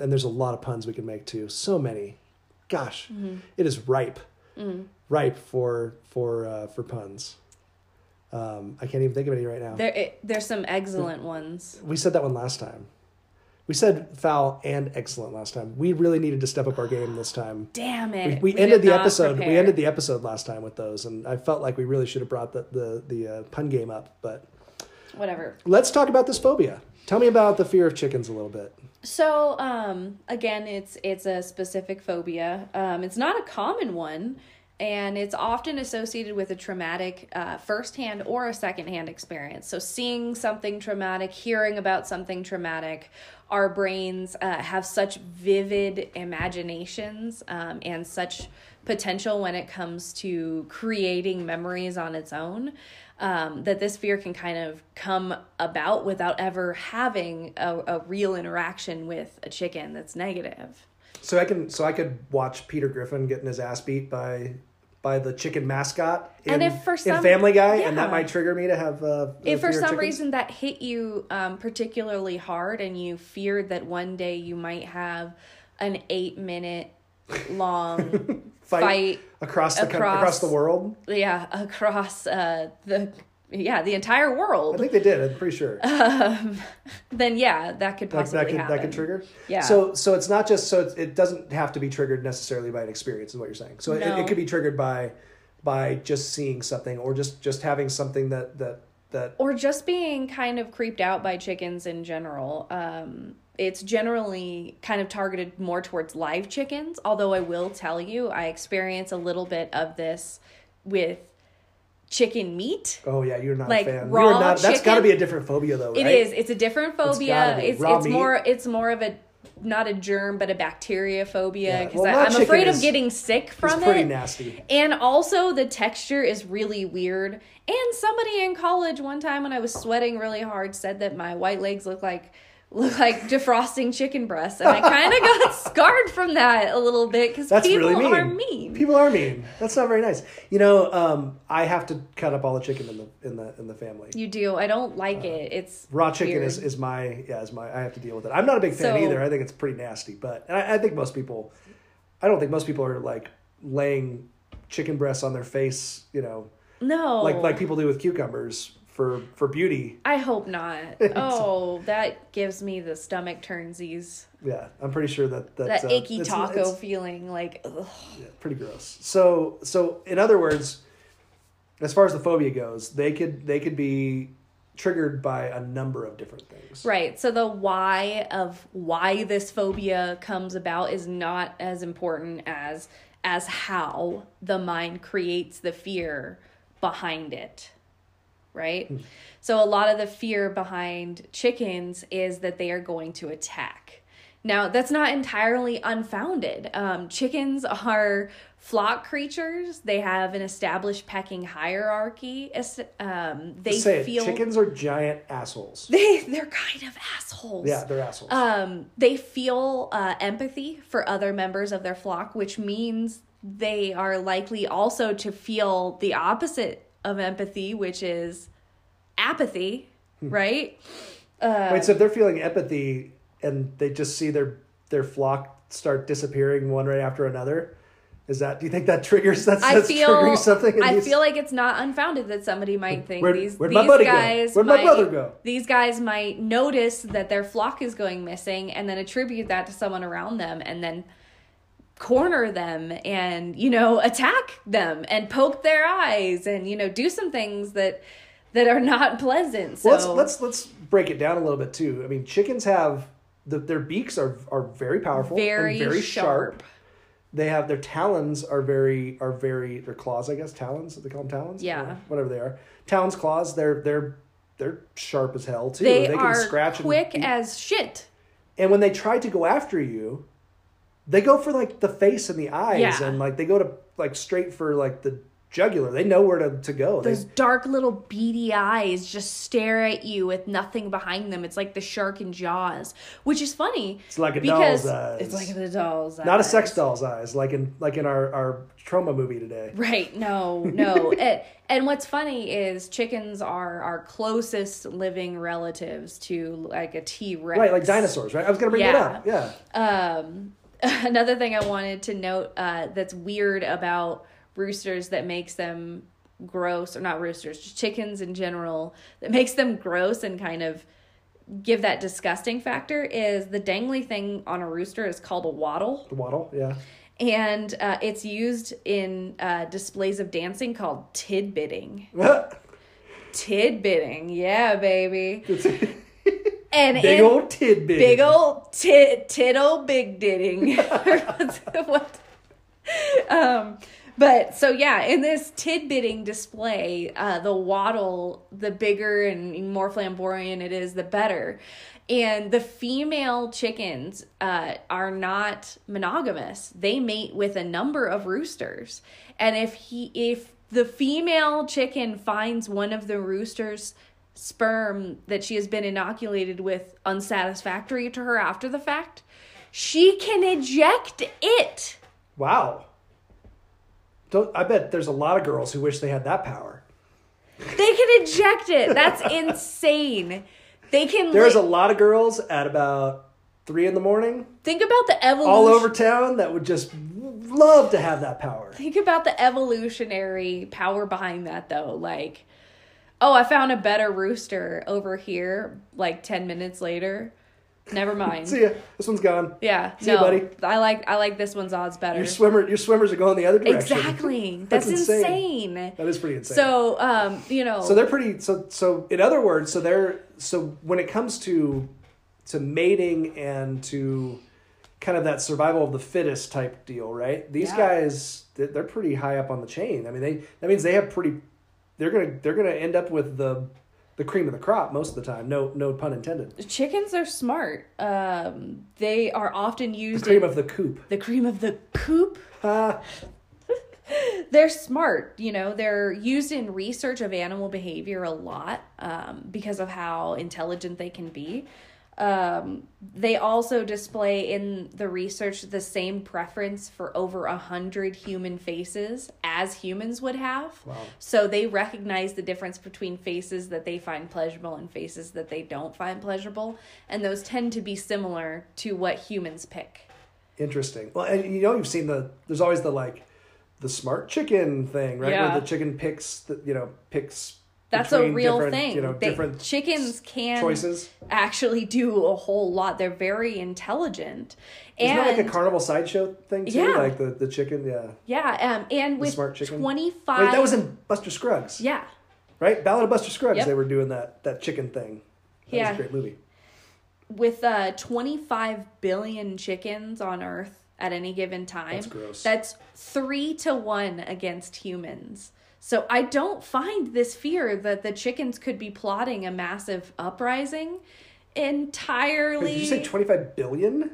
Speaker 3: and there's a lot of puns we can make too so many gosh
Speaker 5: Mm-hmm.
Speaker 3: it is ripe
Speaker 5: Mm.
Speaker 3: ripe for for uh, for puns um, i can't even think of any right now
Speaker 5: There, it, there's some excellent ones.
Speaker 3: we said that one last time we said foul and excellent last time we really needed to step up our game this time
Speaker 5: Damn
Speaker 3: we,
Speaker 5: it.
Speaker 3: we
Speaker 5: did
Speaker 3: ended the
Speaker 5: not
Speaker 3: episode we
Speaker 5: prepare.
Speaker 3: ended the episode last time with those and i felt like we really should have brought the the, the uh, pun game up but
Speaker 5: whatever.
Speaker 3: let's talk about this phobia tell me about the fear of chickens a little bit
Speaker 5: So, um, again, it's it's a specific phobia. Um, it's not a common one, and it's often associated with a traumatic uh, firsthand or a secondhand experience. So, seeing something traumatic, hearing about something traumatic, our brains uh, have such vivid imaginations um, and such potential when it comes to creating memories on its own um, that this fear can kind of come about without ever having a, a real interaction with a chicken that's negative.
Speaker 3: So I can so I could watch Peter Griffin getting his ass beat by by the chicken mascot in,
Speaker 5: And if for
Speaker 3: in
Speaker 5: some-
Speaker 3: Family Guy, and
Speaker 5: yeah.
Speaker 3: that might trigger me to have. Uh, a
Speaker 5: If
Speaker 3: fear
Speaker 5: for
Speaker 3: of
Speaker 5: some
Speaker 3: chickens.
Speaker 5: reason that hit you um, particularly hard and you feared that one day you might have an eight minute long fight,
Speaker 3: across the across,
Speaker 5: across-
Speaker 3: across the world,
Speaker 5: yeah, across uh, the yeah the entire
Speaker 3: I
Speaker 5: world,
Speaker 3: think they did. I'm pretty sure That-
Speaker 5: then yeah, that could
Speaker 3: that,
Speaker 5: possibly
Speaker 3: could
Speaker 5: happen.
Speaker 3: that could trigger.
Speaker 5: Yeah.
Speaker 3: So so it's not just so it's, it doesn't have to be triggered necessarily by an experience, is what you're saying. So it,
Speaker 5: No.
Speaker 3: it could be triggered by by just seeing something or just just having something that that that
Speaker 5: or just being kind of creeped out by chickens in general. Um, it's generally kind of targeted more towards live chickens, although I will tell you, I experience a little bit of this with chicken meat.
Speaker 3: oh yeah you're not
Speaker 5: Like
Speaker 3: a fan.
Speaker 5: raw
Speaker 3: you're not, That's got to
Speaker 5: chicken?
Speaker 3: be a different phobia though.
Speaker 5: It
Speaker 3: right?
Speaker 5: is. It's a different phobia.
Speaker 3: gotta be.
Speaker 5: It's it's,
Speaker 3: Raw meat.
Speaker 5: more it's more of a not a germ but a bacteria phobia
Speaker 3: Yeah.
Speaker 5: because
Speaker 3: Well, raw
Speaker 5: I'm
Speaker 3: chicken
Speaker 5: afraid
Speaker 3: is-
Speaker 5: of getting sick from
Speaker 3: It's pretty
Speaker 5: it.
Speaker 3: nasty.
Speaker 5: And also, the texture is really weird. And somebody in college one time when I was sweating really hard said that my white legs look like look like defrosting chicken breasts, and I kind of got scarred from that a little bit because
Speaker 3: That's
Speaker 5: people
Speaker 3: really mean.
Speaker 5: are mean.
Speaker 3: People are mean. That's not very nice. You know, um, I have to cut up all the chicken in the in the in the family.
Speaker 5: you do. I don't like it. It's
Speaker 3: Raw chicken
Speaker 5: weird.
Speaker 3: is, is my yeah is my I have to deal with it. I'm not a big fan
Speaker 5: So-
Speaker 3: either. I think it's pretty nasty, but and I, I think most people, I don't think most people are like laying chicken breasts on their face. You know,
Speaker 5: no
Speaker 3: like like people do with cucumbers for for beauty.
Speaker 5: I hope not. Oh, that gives me the stomach turnsies,
Speaker 3: Yeah, I'm pretty sure that that's,
Speaker 5: that achy
Speaker 3: it's-
Speaker 5: taco
Speaker 3: it's-
Speaker 5: feeling. Like, ugh.
Speaker 3: pretty gross. So so in other words, as far as the phobia goes, they could they could be triggered by a number of different things.
Speaker 5: Right. So the why of why this phobia comes about is not as important as as how the mind creates the fear behind it.
Speaker 3: Hmm.
Speaker 5: Right? So a lot of the fear behind chickens is that they are going to attack. Now, that's not entirely unfounded. Um, chickens are flock creatures. They have an established pecking hierarchy. Es- Um, they
Speaker 3: Say it.
Speaker 5: feel
Speaker 3: Chickens are giant assholes.
Speaker 5: they they're kind of assholes.
Speaker 3: Yeah, they're assholes.
Speaker 5: Um, they feel uh, empathy for other members of their flock, which means they are likely also to feel the opposite of empathy, which is apathy, right?
Speaker 3: Wait, so if they're feeling empathy and they just see their their flock start disappearing one right after another, is that? Do you think that triggers that's,
Speaker 5: I
Speaker 3: that's
Speaker 5: feel
Speaker 3: triggering something? in
Speaker 5: I
Speaker 3: these-
Speaker 5: feel like it's not unfounded that somebody might think
Speaker 3: Where'd-
Speaker 5: these
Speaker 3: where'd
Speaker 5: these
Speaker 3: my buddy go?
Speaker 5: guys
Speaker 3: Where'd my
Speaker 5: might,
Speaker 3: brother go?
Speaker 5: These guys might notice that their flock is going missing and then attribute that to someone around them and then corner them and you know attack them and poke their eyes and you know do some things that that are not pleasant. So
Speaker 3: Well, let's let's let's break it down a little bit too. I mean, chickens have the, their beaks are are very powerful, and
Speaker 5: Very
Speaker 3: very sharp.
Speaker 5: sharp.
Speaker 3: They have their talons are very are very their claws, I guess talons. They call them talons.
Speaker 5: Yeah.
Speaker 3: Or whatever they are. Talons, claws. They're they're they're sharp as hell too.
Speaker 5: they,
Speaker 3: can
Speaker 5: are
Speaker 3: scratch
Speaker 5: quick
Speaker 3: and, beat.
Speaker 5: as shit.
Speaker 3: and when they try to go after you, they go for like the face and the eyes,
Speaker 5: Yeah.
Speaker 3: and like they go to like straight for like the jugular. They know where to, to go. They-
Speaker 5: Those dark little beady eyes just stare at you with nothing behind them. It's like the shark in Jaws, which is funny.
Speaker 3: It's like a
Speaker 5: because
Speaker 3: doll's eyes.
Speaker 5: It's like the doll's eyes.
Speaker 3: not a sex doll's eyes, like in like in our our trauma movie today.
Speaker 5: Right. No, no. it, and what's funny is chickens are our closest living relatives to like a T Rex.
Speaker 3: Right, like dinosaurs, right? I was gonna bring
Speaker 5: Yeah.
Speaker 3: that up. Yeah.
Speaker 5: Um, another thing I wanted to note uh, that's weird about roosters that makes them gross, or not roosters, just chickens in general, that makes them gross and kind of give that disgusting factor is the dangly thing on a rooster is called a waddle
Speaker 3: The waddle, yeah.
Speaker 5: and uh, it's used in uh, displays of dancing called tidbitting tidbitting yeah baby and
Speaker 3: big
Speaker 5: in-
Speaker 3: old tidbit.
Speaker 5: big old tit tittle big ditting what um but so yeah in this tidbitting display uh the waddle the bigger and more flamboyant it is the better and the female chickens uh, are not monogamous they mate with a number of roosters and if he if the female chicken finds one of the roosters sperm that she has been inoculated with unsatisfactory to her after the fact, she can eject it.
Speaker 3: Wow. Don't I bet there's a lot of girls who wish they had that power.
Speaker 5: They can eject it. That's insane. They can
Speaker 3: There's a
Speaker 5: like-
Speaker 3: lot of girls at about three in the morning
Speaker 5: think about the evolution
Speaker 3: all over town that would just love to have that power.
Speaker 5: think about the evolutionary power behind that though. Like, oh, I found a better rooster over here like 10 minutes later. Never mind.
Speaker 3: See ya. This one's gone.
Speaker 5: yeah,
Speaker 3: See
Speaker 5: no.
Speaker 3: ya, buddy.
Speaker 5: I like I like this one's odds better.
Speaker 3: Your swimmer your swimmers are going the other direction.
Speaker 5: Exactly. That's,
Speaker 3: That's
Speaker 5: insane.
Speaker 3: insane. That is pretty insane.
Speaker 5: So, um, you know,
Speaker 3: So they're pretty. So so in other words, so they're so when it comes to to mating and to kind of that survival of the fittest type deal, right? These
Speaker 5: Yeah.
Speaker 3: guys they're- they're pretty high up on the chain. I mean, they that means they have pretty. They're gonna they're gonna end up with the the cream of the crop most of the time. No no pun intended.
Speaker 5: chickens are smart. Um, they are often used
Speaker 3: Cream
Speaker 5: in
Speaker 3: of the coop.
Speaker 5: the cream of the coop.
Speaker 3: Ah,
Speaker 5: They're smart. You know, they're used in research of animal behavior a lot um, because of how intelligent they can be. Um, they also display in the research the same preference for over a hundred human faces as humans would have. So they recognize the difference between faces that they find pleasurable and faces that they don't find pleasurable, and those tend to be similar to what humans pick.
Speaker 3: interesting. Well, and you know you've seen the there's always the like the smart chicken thing, right?
Speaker 5: Yeah.
Speaker 3: Where the chicken picks the you know picks.
Speaker 5: That's a
Speaker 3: between
Speaker 5: real
Speaker 3: different,
Speaker 5: thing.
Speaker 3: You know,
Speaker 5: They-
Speaker 3: different
Speaker 5: chickens can
Speaker 3: choices.
Speaker 5: actually do a whole lot. They're very intelligent.
Speaker 3: Isn't
Speaker 5: and
Speaker 3: that like a carnival sideshow thing too?
Speaker 5: Yeah.
Speaker 3: Like the, the chicken, yeah.
Speaker 5: yeah, um, and with
Speaker 3: smart chicken?
Speaker 5: twenty
Speaker 3: Wait,
Speaker 5: five
Speaker 3: that was in Buster Scruggs.
Speaker 5: Um, Yeah.
Speaker 3: right? Ballad of Buster Scruggs.
Speaker 5: Yep.
Speaker 3: They were doing that that chicken thing. That
Speaker 5: Yeah.
Speaker 3: was a great movie.
Speaker 5: with uh 25 billion chickens on earth at any given time
Speaker 3: That's gross.
Speaker 5: that's 3 to 1 against humans so i don't find this fear that the chickens could be plotting a massive uprising
Speaker 3: Wait, did
Speaker 5: entirely
Speaker 3: you say twenty five billion?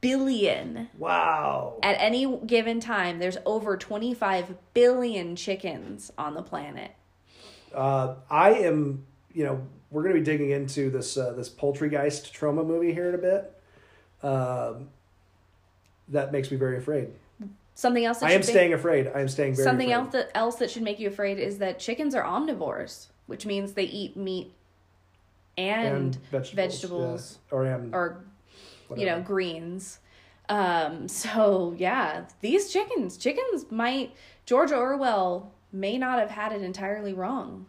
Speaker 5: billion
Speaker 3: Wow.
Speaker 5: at any given time there's over 25 billion chickens on the planet
Speaker 3: Uh, I am. You know, we're going to be digging into this uh, this Poultrygeist trauma movie here in a bit. Um, that makes me very afraid.
Speaker 5: something else that
Speaker 3: I am
Speaker 5: should be-
Speaker 3: staying afraid. I am staying very
Speaker 5: Something
Speaker 3: afraid.
Speaker 5: else that else that should make you afraid is that chickens are omnivores, which means they eat meat and, vegetables,
Speaker 3: yeah. or am
Speaker 5: or you know greens. Um, so yeah, these chickens, chickens might George Orwell may not have had it entirely wrong.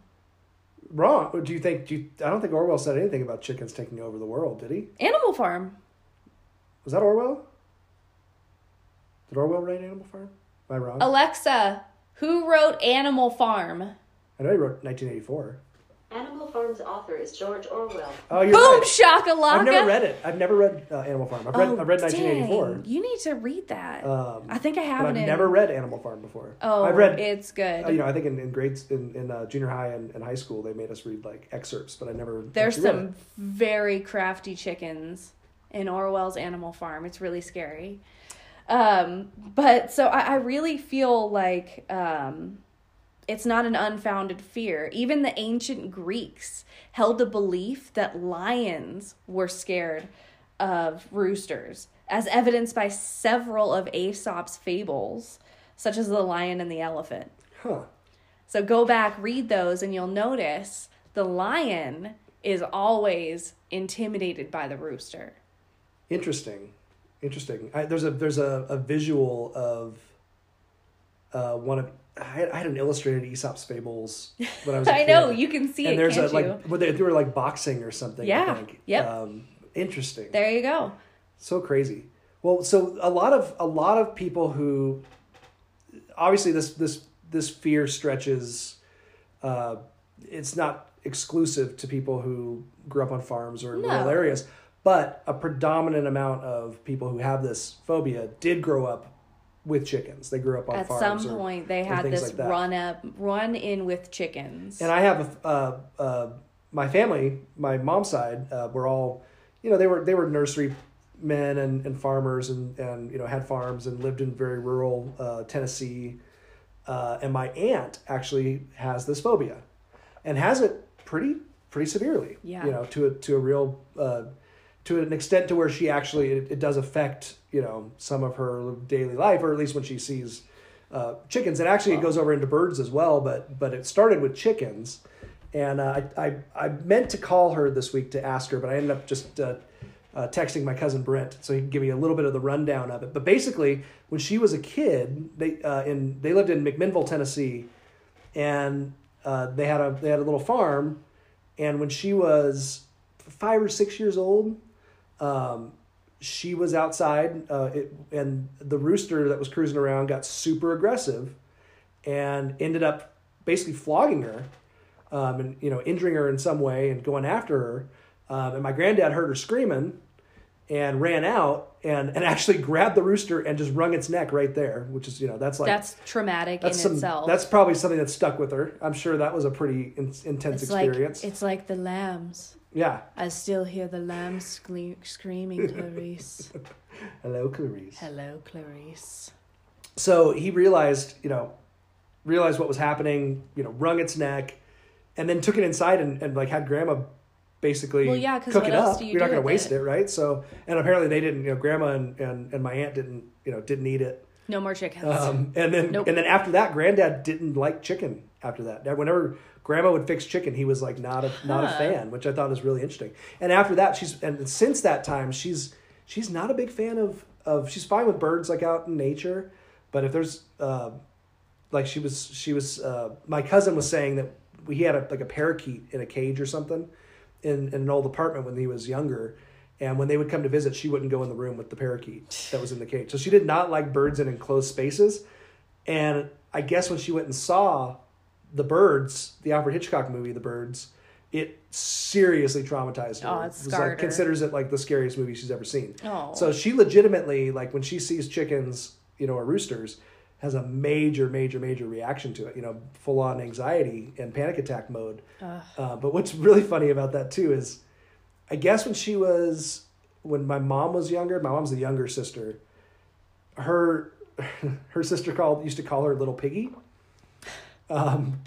Speaker 3: wrong. Or Do you think? Do you, I don't think Orwell said anything about chickens taking over the world. Did he?
Speaker 5: Animal Farm.
Speaker 3: Was that Orwell? Did Orwell write Animal Farm? Am I wrong?
Speaker 5: Oh. Alexa, who wrote Animal Farm?
Speaker 3: I know he wrote 1984.
Speaker 6: Animal Farm's author is George Orwell.
Speaker 3: Oh, you're
Speaker 5: Boom
Speaker 3: right.
Speaker 5: shakalaka. Oh,
Speaker 3: I've never read it. I've never read uh, Animal Farm. I've read, I've read 1984.
Speaker 5: You need to read that.
Speaker 3: Um,
Speaker 5: I think I have
Speaker 3: but
Speaker 5: it.
Speaker 3: I've
Speaker 5: in-
Speaker 3: never read Animal Farm before.
Speaker 5: Oh,
Speaker 3: I've read.
Speaker 5: it's good.
Speaker 3: uh, you know, I think in, in grades in, in uh, junior high and, and high school they made us read like excerpts, but I never.
Speaker 5: There's
Speaker 3: actually read
Speaker 5: some
Speaker 3: it.
Speaker 5: very crafty chickens in Orwell's Animal Farm. It's really scary. Um, but so I, I really feel like um, it's not an unfounded fear. Even the ancient Greeks held a belief that lions were scared of roosters, as evidenced by several of Aesop's fables, such as The Lion and the Elephant.
Speaker 3: Huh.
Speaker 5: So go back, read those, and you'll notice the lion is always intimidated by the rooster.
Speaker 3: Interesting, interesting. I, there's a there's a, a visual of uh, one of I had, I had an illustrated Aesop's Fables when I was. a
Speaker 5: I know
Speaker 3: kid.
Speaker 5: you can see
Speaker 3: and
Speaker 5: it,
Speaker 3: there's
Speaker 5: can't
Speaker 3: a like
Speaker 5: you?
Speaker 3: well, they, they were like boxing or something.
Speaker 5: Yeah,
Speaker 3: I think.
Speaker 5: yep.
Speaker 3: Um, interesting.
Speaker 5: There you go.
Speaker 3: so crazy. Well, so a lot of a lot of people who obviously this this this fear stretches. Uh, it's not exclusive to people who grew up on farms or in
Speaker 5: No.
Speaker 3: rural areas, but a predominant amount of people who have this phobia did grow up with chickens. They grew up on
Speaker 5: At some
Speaker 3: farms. or-
Speaker 5: point, they
Speaker 3: or
Speaker 5: had
Speaker 3: things
Speaker 5: this
Speaker 3: like that.
Speaker 5: run up, run in with chickens.
Speaker 3: And I have a, uh, uh, my family, my mom's side, uh, were all, you know, they were they were nursery men and, and farmers and and you know had farms and lived in very rural uh, Tennessee. Uh, and my aunt actually has this phobia, and has it pretty pretty severely.
Speaker 5: Yeah.
Speaker 3: you know, to a to a real. Uh, to an extent to where she actually it, it does affect you know some of her daily life or at least when she sees uh, chickens and actually it goes over into birds as well but but it started with chickens and uh, I, I i meant to call her this week to ask her but i ended up just uh, uh, texting my cousin brent so he can give me a little bit of the rundown of it but basically when she was a kid they uh, in they lived in mcminnville tennessee and uh, they had a they had a little farm and when she was five or six years old um, she was outside uh, it, and the rooster that was cruising around got super aggressive and ended up basically flogging her um, and you know injuring her in some way and going after her um, and my granddad heard her screaming and ran out and, and actually grabbed the rooster and just wrung its neck right there which is you know that's like
Speaker 5: that's traumatic
Speaker 3: that's
Speaker 5: in
Speaker 3: some,
Speaker 5: itself.
Speaker 3: That's probably something that stuck with her. I'm sure that was a pretty in, intense
Speaker 5: it's
Speaker 3: experience.
Speaker 5: like it's like the lambs.
Speaker 3: yeah.
Speaker 5: I still hear the lambs scream, screaming, Clarice.
Speaker 3: Hello, Clarice.
Speaker 5: Hello, Clarice.
Speaker 3: So he realized, you know, realized what was happening. You know, wrung its neck, and then took it inside and, and like had grandma basically
Speaker 5: Well, yeah, 'cause
Speaker 3: cook
Speaker 5: what
Speaker 3: it
Speaker 5: else
Speaker 3: up.
Speaker 5: do you
Speaker 3: You're not
Speaker 5: do
Speaker 3: gonna
Speaker 5: with
Speaker 3: waste
Speaker 5: it?
Speaker 3: it. right? So and apparently they didn't. You know, grandma and, and, and my aunt didn't. You know, didn't eat it.
Speaker 5: No more chickens.
Speaker 3: Um, and then
Speaker 5: Nope.
Speaker 3: and then after that, granddad didn't like chicken. After that, Now, whenever grandma would fix chicken, he was like not a not a fan, which I thought was really interesting. And after that, she's and since that time, she's she's not a big fan of of she's fine with birds like out in nature, but if there's uh, like she was she was uh, my cousin was saying that he had a, like a parakeet in a cage or something in, in an old apartment when he was younger and when they would come to visit she wouldn't go in the room with the parakeet that was in the cage so she did not like birds in enclosed spaces and i guess when she went and saw The Birds, the Alfred Hitchcock movie, The Birds, it seriously traumatized her.
Speaker 5: Oh, it
Speaker 3: was
Speaker 5: scarred her.
Speaker 3: like considers it like the scariest movie she's ever seen.
Speaker 5: Oh.
Speaker 3: So she legitimately like when she sees chickens, you know, or roosters, has a major, major, major reaction to it. You know, full on anxiety and panic attack mode. Uh, but what's really funny about that too is, I guess when she was when my mom was younger, my mom's the younger sister. Her her sister called used to call her little piggy.
Speaker 5: Mm-hmm.
Speaker 3: Um,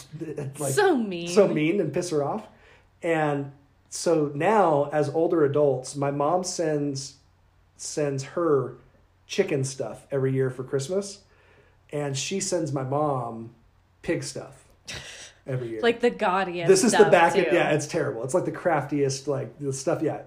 Speaker 3: like,
Speaker 5: so mean.
Speaker 3: so mean and piss her off. And so now, as older adults, my mom sends sends her chicken stuff every year for Christmas, and she sends my mom pig stuff every year.
Speaker 5: like the gaudiest.
Speaker 3: this is the
Speaker 5: stuff,
Speaker 3: back.
Speaker 5: Too.
Speaker 3: yeah, it's terrible. It's like the craftiest like the stuff. Yeah,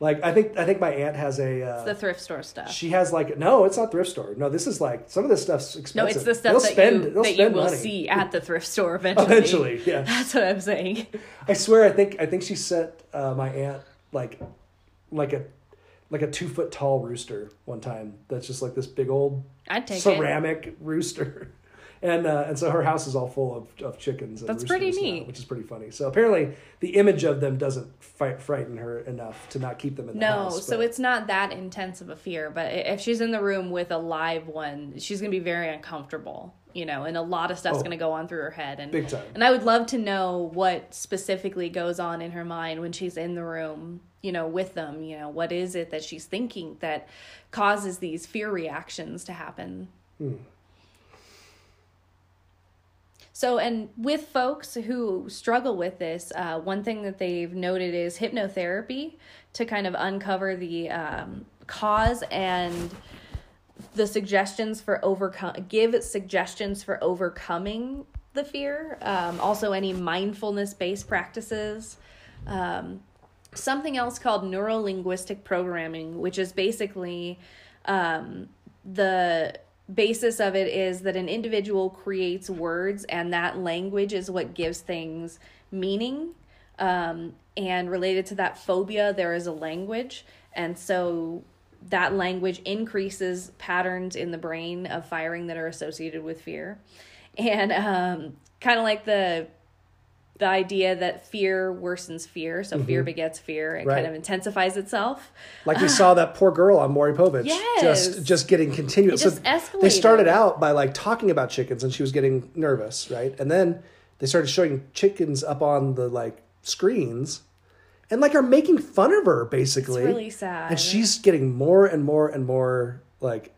Speaker 3: like I think I think my aunt has a. Uh,
Speaker 5: the thrift store stuff.
Speaker 3: she has like no, it's not thrift store. No, this is like some of this stuff's
Speaker 5: no,
Speaker 3: expensive.
Speaker 5: it's the stuff
Speaker 3: They'll
Speaker 5: that
Speaker 3: spend-
Speaker 5: you
Speaker 3: they'll
Speaker 5: that you
Speaker 3: spend
Speaker 5: will
Speaker 3: money.
Speaker 5: see at the thrift store eventually.
Speaker 3: eventually. Yeah,
Speaker 5: That's what I'm saying.
Speaker 3: I swear, I think I think she sent uh, my aunt like like a like a two foot tall rooster one time. That's just like this big old
Speaker 5: I'd take it.
Speaker 3: ceramic rooster, and uh, and so her house is all full of, of chickens. And
Speaker 5: That's pretty
Speaker 3: roosters now,
Speaker 5: neat.
Speaker 3: which is pretty funny. So apparently, the image of them doesn't fright, frighten her enough to not keep them in the
Speaker 5: No,
Speaker 3: house.
Speaker 5: so
Speaker 3: but-
Speaker 5: it's not that intense of a fear, but i- if she's in the room with a live one, she's going to be very uncomfortable, you know, and a lot of stuff's
Speaker 3: Oh.
Speaker 5: going to go on through her head and
Speaker 3: Big time.
Speaker 5: And I would love to know what specifically goes on in her mind when she's in the room, you know, with them, you know, what is it that she's thinking that causes these fear reactions to happen? So, and with folks who struggle with this, uh, one thing that they've noted is hypnotherapy to kind of uncover the um, cause and the suggestions for overcome give suggestions for overcoming the fear um, also any mindfulness based practices um, something else called neuro linguistic programming which is basically um, the basis of it is that an individual creates words and that language is what gives things meaning um, and related to that phobia there is a language and so that language increases patterns in the brain of firing that are associated with fear and um, kind of like the the idea that fear worsens fear so fear begets fear it
Speaker 3: Mm-hmm. Right.
Speaker 5: kind of intensifies itself
Speaker 3: Like we saw that poor girl on Maury Povich,
Speaker 5: Yes.
Speaker 3: just just getting continued.
Speaker 5: It just
Speaker 3: they
Speaker 5: escalated.
Speaker 3: started out by like talking about chickens, and she was getting nervous, right? And then they started showing chickens up on the like screens, and like are making fun of her basically.
Speaker 5: really sad.
Speaker 3: and she's getting more and more and more like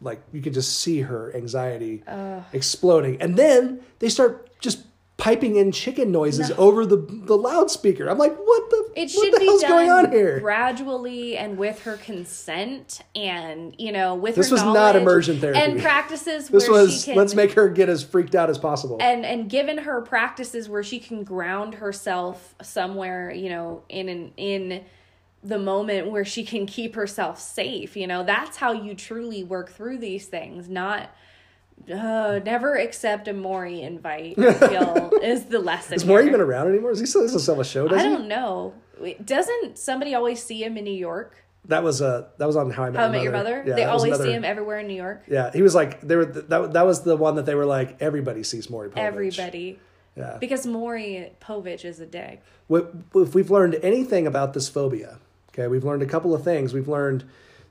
Speaker 3: like you can just see her anxiety exploding and then they start just piping in chicken noises over the the loudspeaker i'm like what the
Speaker 5: it
Speaker 3: what
Speaker 5: should
Speaker 3: the
Speaker 5: be
Speaker 3: hell's
Speaker 5: done
Speaker 3: going on here
Speaker 5: gradually and with her consent and you know with
Speaker 3: This
Speaker 5: her
Speaker 3: was not
Speaker 5: knowledge
Speaker 3: immersion therapy.
Speaker 5: and practices
Speaker 3: this
Speaker 5: where
Speaker 3: was
Speaker 5: she can
Speaker 3: let's make her get as freaked out as possible
Speaker 5: and and given her practices where she can ground herself somewhere you know in an in the moment where she can keep herself safe you know that's how you truly work through these things not uh, never accept a Maury invite. Gil, is the lesson.
Speaker 3: is Maury
Speaker 5: here.
Speaker 3: even around anymore is he still this is still a show
Speaker 5: I
Speaker 3: doesn't he?
Speaker 5: don't know. Wait, Doesn't somebody always see him in New York?
Speaker 3: that was uh that was on how i met,
Speaker 5: How I
Speaker 3: your,
Speaker 5: Met Oh, Your Mother?
Speaker 3: Yeah,
Speaker 5: they
Speaker 3: that was
Speaker 5: always
Speaker 3: another-
Speaker 5: see him everywhere in New York.
Speaker 3: yeah he was like they were that, that was the one that they were like everybody sees Maury Povich.
Speaker 5: Everybody.
Speaker 3: Yeah.
Speaker 5: Because Maury Povich is a dick.
Speaker 3: What- if we've learned anything about this phobia, okay, we've learned a couple of things. We've learned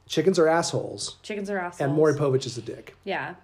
Speaker 3: chickens are assholes,
Speaker 5: Chickens are assholes.
Speaker 3: and Maury Povich is a dick.
Speaker 5: Yeah.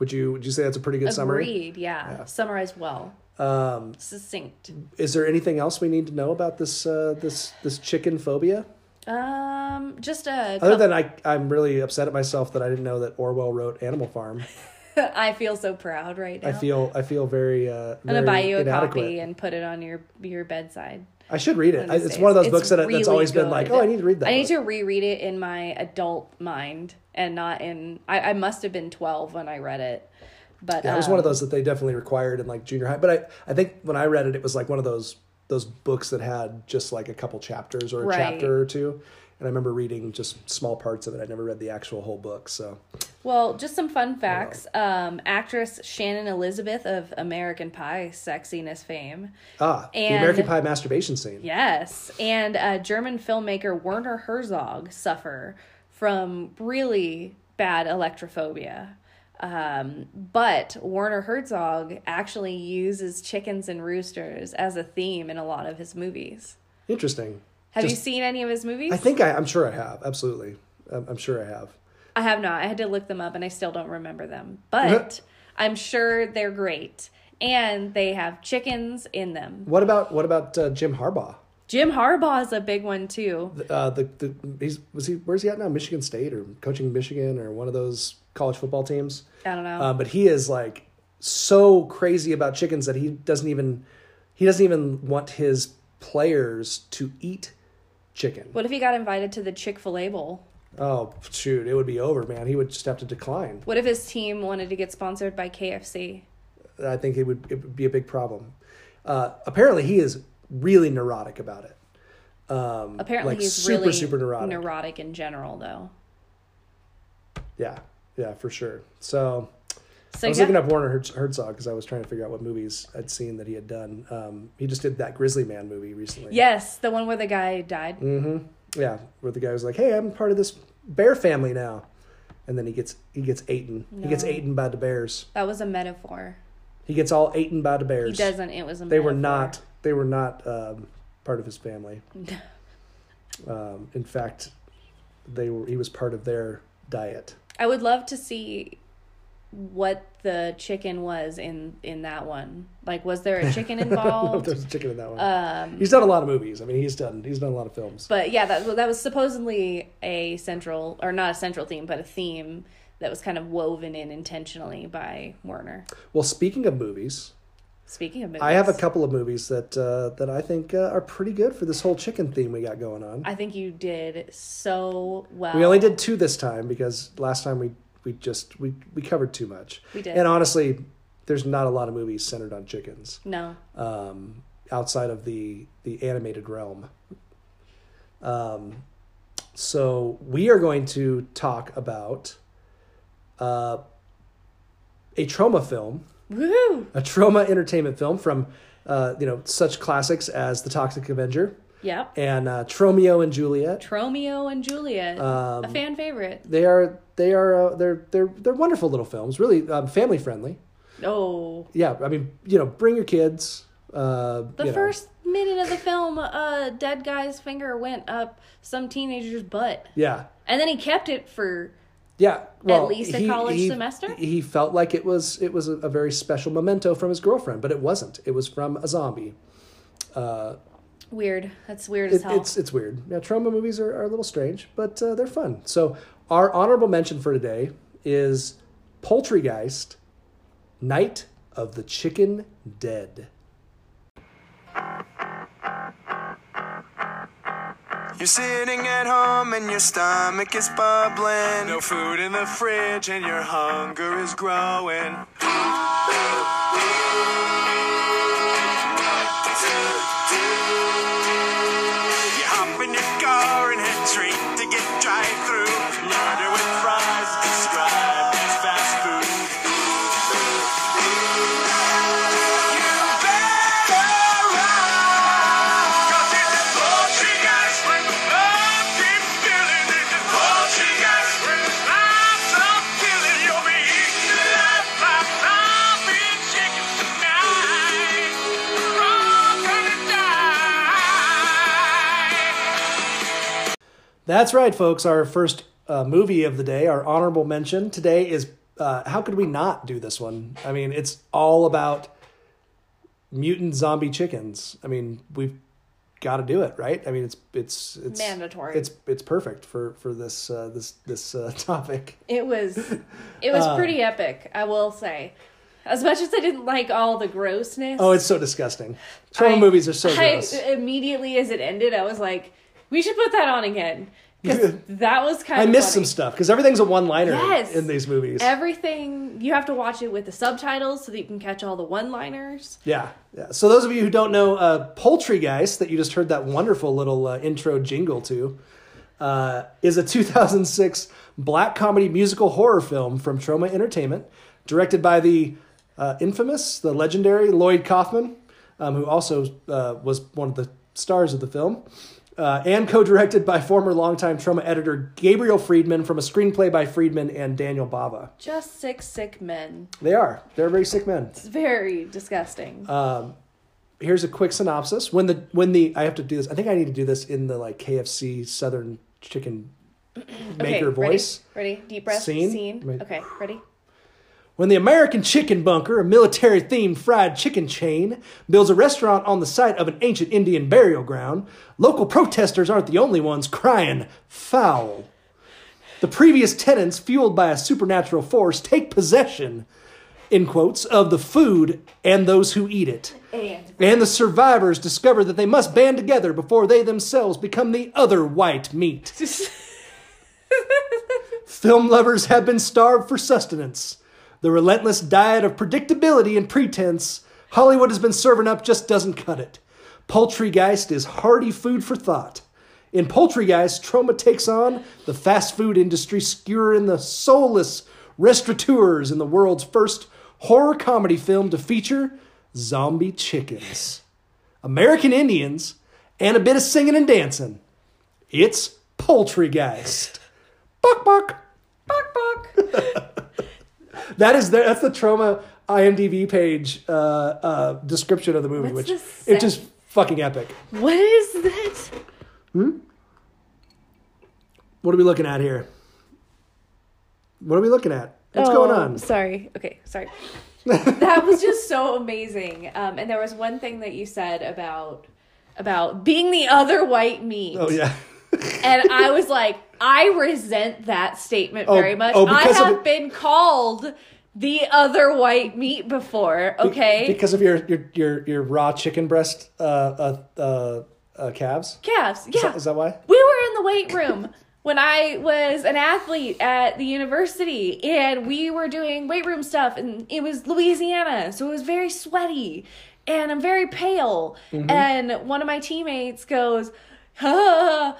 Speaker 3: Would you would you say that's a pretty good summary?
Speaker 5: Agreed. Yeah. Summarized well. Um, Succinct.
Speaker 3: Is there anything else we need to know about this uh, this this chicken phobia?
Speaker 5: Um, just a.
Speaker 3: Other than I, I'm really upset at myself that I didn't know that Orwell wrote Animal Farm.
Speaker 5: I feel so proud right now.
Speaker 3: I feel I feel very. Uh,
Speaker 5: I'm gonna buy you a
Speaker 3: inadequate.
Speaker 5: copy and put it on your your bedside.
Speaker 3: I should read it.
Speaker 5: one
Speaker 3: I,
Speaker 5: of these
Speaker 3: it's
Speaker 5: days.
Speaker 3: one of those books that I-
Speaker 5: really
Speaker 3: that's always been like,
Speaker 5: good.
Speaker 3: oh, I need to read that.
Speaker 5: I need
Speaker 3: book.
Speaker 5: to reread it in my adult mind and not in. I, I must have been 12 when I read it, but
Speaker 3: Yeah, it was one of those that they definitely required in like junior high. But I, I think when I read it, it was like one of those those books that had just like a couple chapters or a
Speaker 5: Right.
Speaker 3: chapter or two. And I remember reading just small parts of it. I never read the actual whole book. So
Speaker 5: Well, just some fun facts. Um, actress Shannon Elizabeth of American Pie sexiness fame.
Speaker 3: ah, the
Speaker 5: And-
Speaker 3: American Pie masturbation scene.
Speaker 5: Yes, and uh, German filmmaker Werner Herzog suffer from really bad electrophobia. Um, but Warner Herzog actually uses chickens and roosters as a theme in a lot of his movies.
Speaker 3: Interesting.
Speaker 5: Have you
Speaker 3: Just-
Speaker 5: seen any of his movies?
Speaker 3: I think I, I'm sure I have. Absolutely. I'm, I'm sure I have.
Speaker 5: I have not. I had to look them up and I still don't remember them. But I'm sure they're great. And they have chickens in them.
Speaker 3: What about what about uh, Jim Harbaugh?
Speaker 5: Jim Harbaugh is a big one too.
Speaker 3: Uh, the the he's was he where's he at now? Michigan State or coaching Michigan or one of those college football teams.
Speaker 5: I don't know.
Speaker 3: Uh, but he is like so crazy about chickens that he doesn't even he doesn't even want his players to eat chicken.
Speaker 5: what if he got invited to the Chick fil A Bowl?
Speaker 3: Oh shoot, it would be over, man. He would just have to decline.
Speaker 5: What if his team wanted to get sponsored by KFC?
Speaker 3: I think it would it would be a big problem. Uh, apparently, he is really neurotic about it.
Speaker 5: Apparently,
Speaker 3: Like,
Speaker 5: he's
Speaker 3: super,
Speaker 5: really
Speaker 3: super neurotic.
Speaker 5: in general, though.
Speaker 3: Yeah, yeah, for sure. So
Speaker 5: So
Speaker 3: I was
Speaker 5: yeah,
Speaker 3: looking up Warner Herz- Herzog because I was trying to figure out what movies I'd seen that he had done. Um, he just did that Grizzly Man movie recently.
Speaker 5: yes, the one where the guy died.
Speaker 3: Mm. yeah, where the guy was like, "Hey, I'm part of this bear family now," and then he gets he gets eaten. He gets eaten by the bears.
Speaker 5: That was a metaphor.
Speaker 3: He gets all eaten by the bears.
Speaker 5: He doesn't. It was a.
Speaker 3: They were
Speaker 5: metaphor.
Speaker 3: not. They were not um, part of his family. um, in fact, they were. He was part of their diet.
Speaker 5: I would love to see what the chicken was in in that one. Like, was there a chicken involved?
Speaker 3: There's a chicken in that one. he's done a lot of movies. I mean, he's done. He's done a lot of films.
Speaker 5: um, But yeah, that that was supposedly a central or not a central theme, but a theme that was kind of woven in intentionally by Werner.
Speaker 3: Well, speaking of movies,
Speaker 5: Speaking of movies,
Speaker 3: I have a couple of movies that uh, that I think uh, are pretty good for this whole chicken theme we got going on.
Speaker 5: I think you did so well.
Speaker 3: We only did two this time because last time we we just we we covered too much.
Speaker 5: We did.
Speaker 3: And honestly, there's not a lot of movies centered on chickens
Speaker 5: no.
Speaker 3: um, outside of the the animated realm. Um, so we are going to talk about uh, a trauma film
Speaker 5: Woohoo!
Speaker 3: a trauma entertainment film from uh, you know such classics as The Toxic Avenger
Speaker 5: Yep.
Speaker 3: and uh, Tromeo and Juliet.
Speaker 5: Romeo and Juliet,
Speaker 3: Um,
Speaker 5: a fan favorite.
Speaker 3: They are they are uh, they're they're they're wonderful little films, really um, family friendly.
Speaker 5: Oh,
Speaker 3: Yeah, I mean you know bring your kids. Uh,
Speaker 5: the
Speaker 3: you know.
Speaker 5: first minute of the film, a dead guy's finger went up some teenager's butt,
Speaker 3: yeah.
Speaker 5: and then he kept it for.
Speaker 3: Yeah, well,
Speaker 5: least a college semester?
Speaker 3: He felt like it was it was a, a very special memento from his girlfriend, but it wasn't. It was from a zombie.
Speaker 5: Weird. That's weird as
Speaker 3: It,
Speaker 5: hell.
Speaker 3: it's it's weird. Yeah, trauma movies are, are a little strange, but uh, they're fun. So our honorable mention for today is Poultrygeist, Night of the Chicken Dead.
Speaker 7: You're sitting at home and your stomach is bubbling. No food in the fridge and your hunger is growing. You hop in your car and head straight to get drive through. Murder with fries described as fast food. You better run.
Speaker 3: That's right, folks. Our first uh, movie of the day, our honorable mention today is uh, how could we not do this one? I mean, it's all about mutant zombie chickens. I mean, we've got to do it, right? I mean, it's it's it's
Speaker 5: Mandatory.
Speaker 3: It's it's perfect for for this uh, this this uh, topic.
Speaker 5: It was it was
Speaker 3: Uh.
Speaker 5: pretty epic, I will say. As much as I didn't like all the grossness.
Speaker 3: Oh, it's so disgusting. Trauma
Speaker 5: I-
Speaker 3: movies are so
Speaker 5: I-
Speaker 3: gross.
Speaker 5: immediately as it ended, I was like, we should put that on again. Because that was kind
Speaker 3: I
Speaker 5: of
Speaker 3: missed some
Speaker 5: funny.
Speaker 3: stuff because everything's a one liner
Speaker 5: Yes.
Speaker 3: in these movies.
Speaker 5: Everything you have to watch it with the subtitles so that you can catch all the one liners.
Speaker 3: Yeah, yeah. So those of you who don't know, uh, Poultrygeist that you just heard that wonderful little uh, intro jingle to, uh, is a 2006 black comedy musical horror film from Troma Entertainment, directed by the uh, infamous, the legendary Lloyd Kaufman, um, who also uh, was one of the stars of the film. uh, and co-directed by former longtime Trauma editor Gabriel Friedman from a screenplay by Friedman and Daniel Bava.
Speaker 5: Just six sick men.
Speaker 3: They are. They're very sick men.
Speaker 5: It's very disgusting.
Speaker 3: Uh, Here's a quick synopsis. When the when the I have to do this. I think I need to do this in the like KFC Southern chicken maker voice.
Speaker 5: Ready? ready? Deep breath.
Speaker 3: Scene?
Speaker 5: Scene.
Speaker 3: Wait.
Speaker 5: Okay, ready?
Speaker 3: When the American Chicken Bunker, a military themed fried chicken chain, builds a restaurant on the site of an ancient Indian burial ground, local protesters aren't the only ones crying foul. The previous tenants, fueled by a supernatural force, take possession, in quotes, of the food and those who eat it. And the survivors discover that they must band together before they themselves become the other white meat. Film lovers have been starved for sustenance. The relentless diet of predictability and pretense Hollywood has been serving up just doesn't cut it. Poultrygeist is hearty food for thought. In Poultrygeist, trauma takes on the fast food industry, skewering the soulless restaurateurs in the world's first horror comedy film to feature zombie chickens, American Indians, and a bit of singing and dancing. It's Poultrygeist. Buck, buck.
Speaker 5: Bok bok.
Speaker 3: That is their, that's the trauma IMDb page uh, uh, description of the movie,
Speaker 5: What's
Speaker 3: which
Speaker 5: the
Speaker 3: it's just fucking epic.
Speaker 5: what is that?
Speaker 3: What are we looking at here? What are we looking at? What's going
Speaker 5: Oh,
Speaker 3: on?
Speaker 5: Sorry. Okay, sorry. that was just so amazing. Um, and there was one thing that you said about about being the other white meat.
Speaker 3: Oh yeah,
Speaker 5: And I was like, I resent that statement very much.
Speaker 3: oh,
Speaker 5: I
Speaker 3: because of
Speaker 5: have
Speaker 3: it-
Speaker 5: been called the other white meat before, okay?
Speaker 3: because of your your your, your raw chicken breast uh, uh, uh, uh, calves.
Speaker 5: Calves. Yeah.
Speaker 3: Is that- is that why?
Speaker 5: We were in the weight room when I was an athlete at the university and we were doing weight room stuff and it was Louisiana, so it was very sweaty and I'm very pale.
Speaker 3: Mm-hmm.
Speaker 5: And one of my teammates goes, "Huh,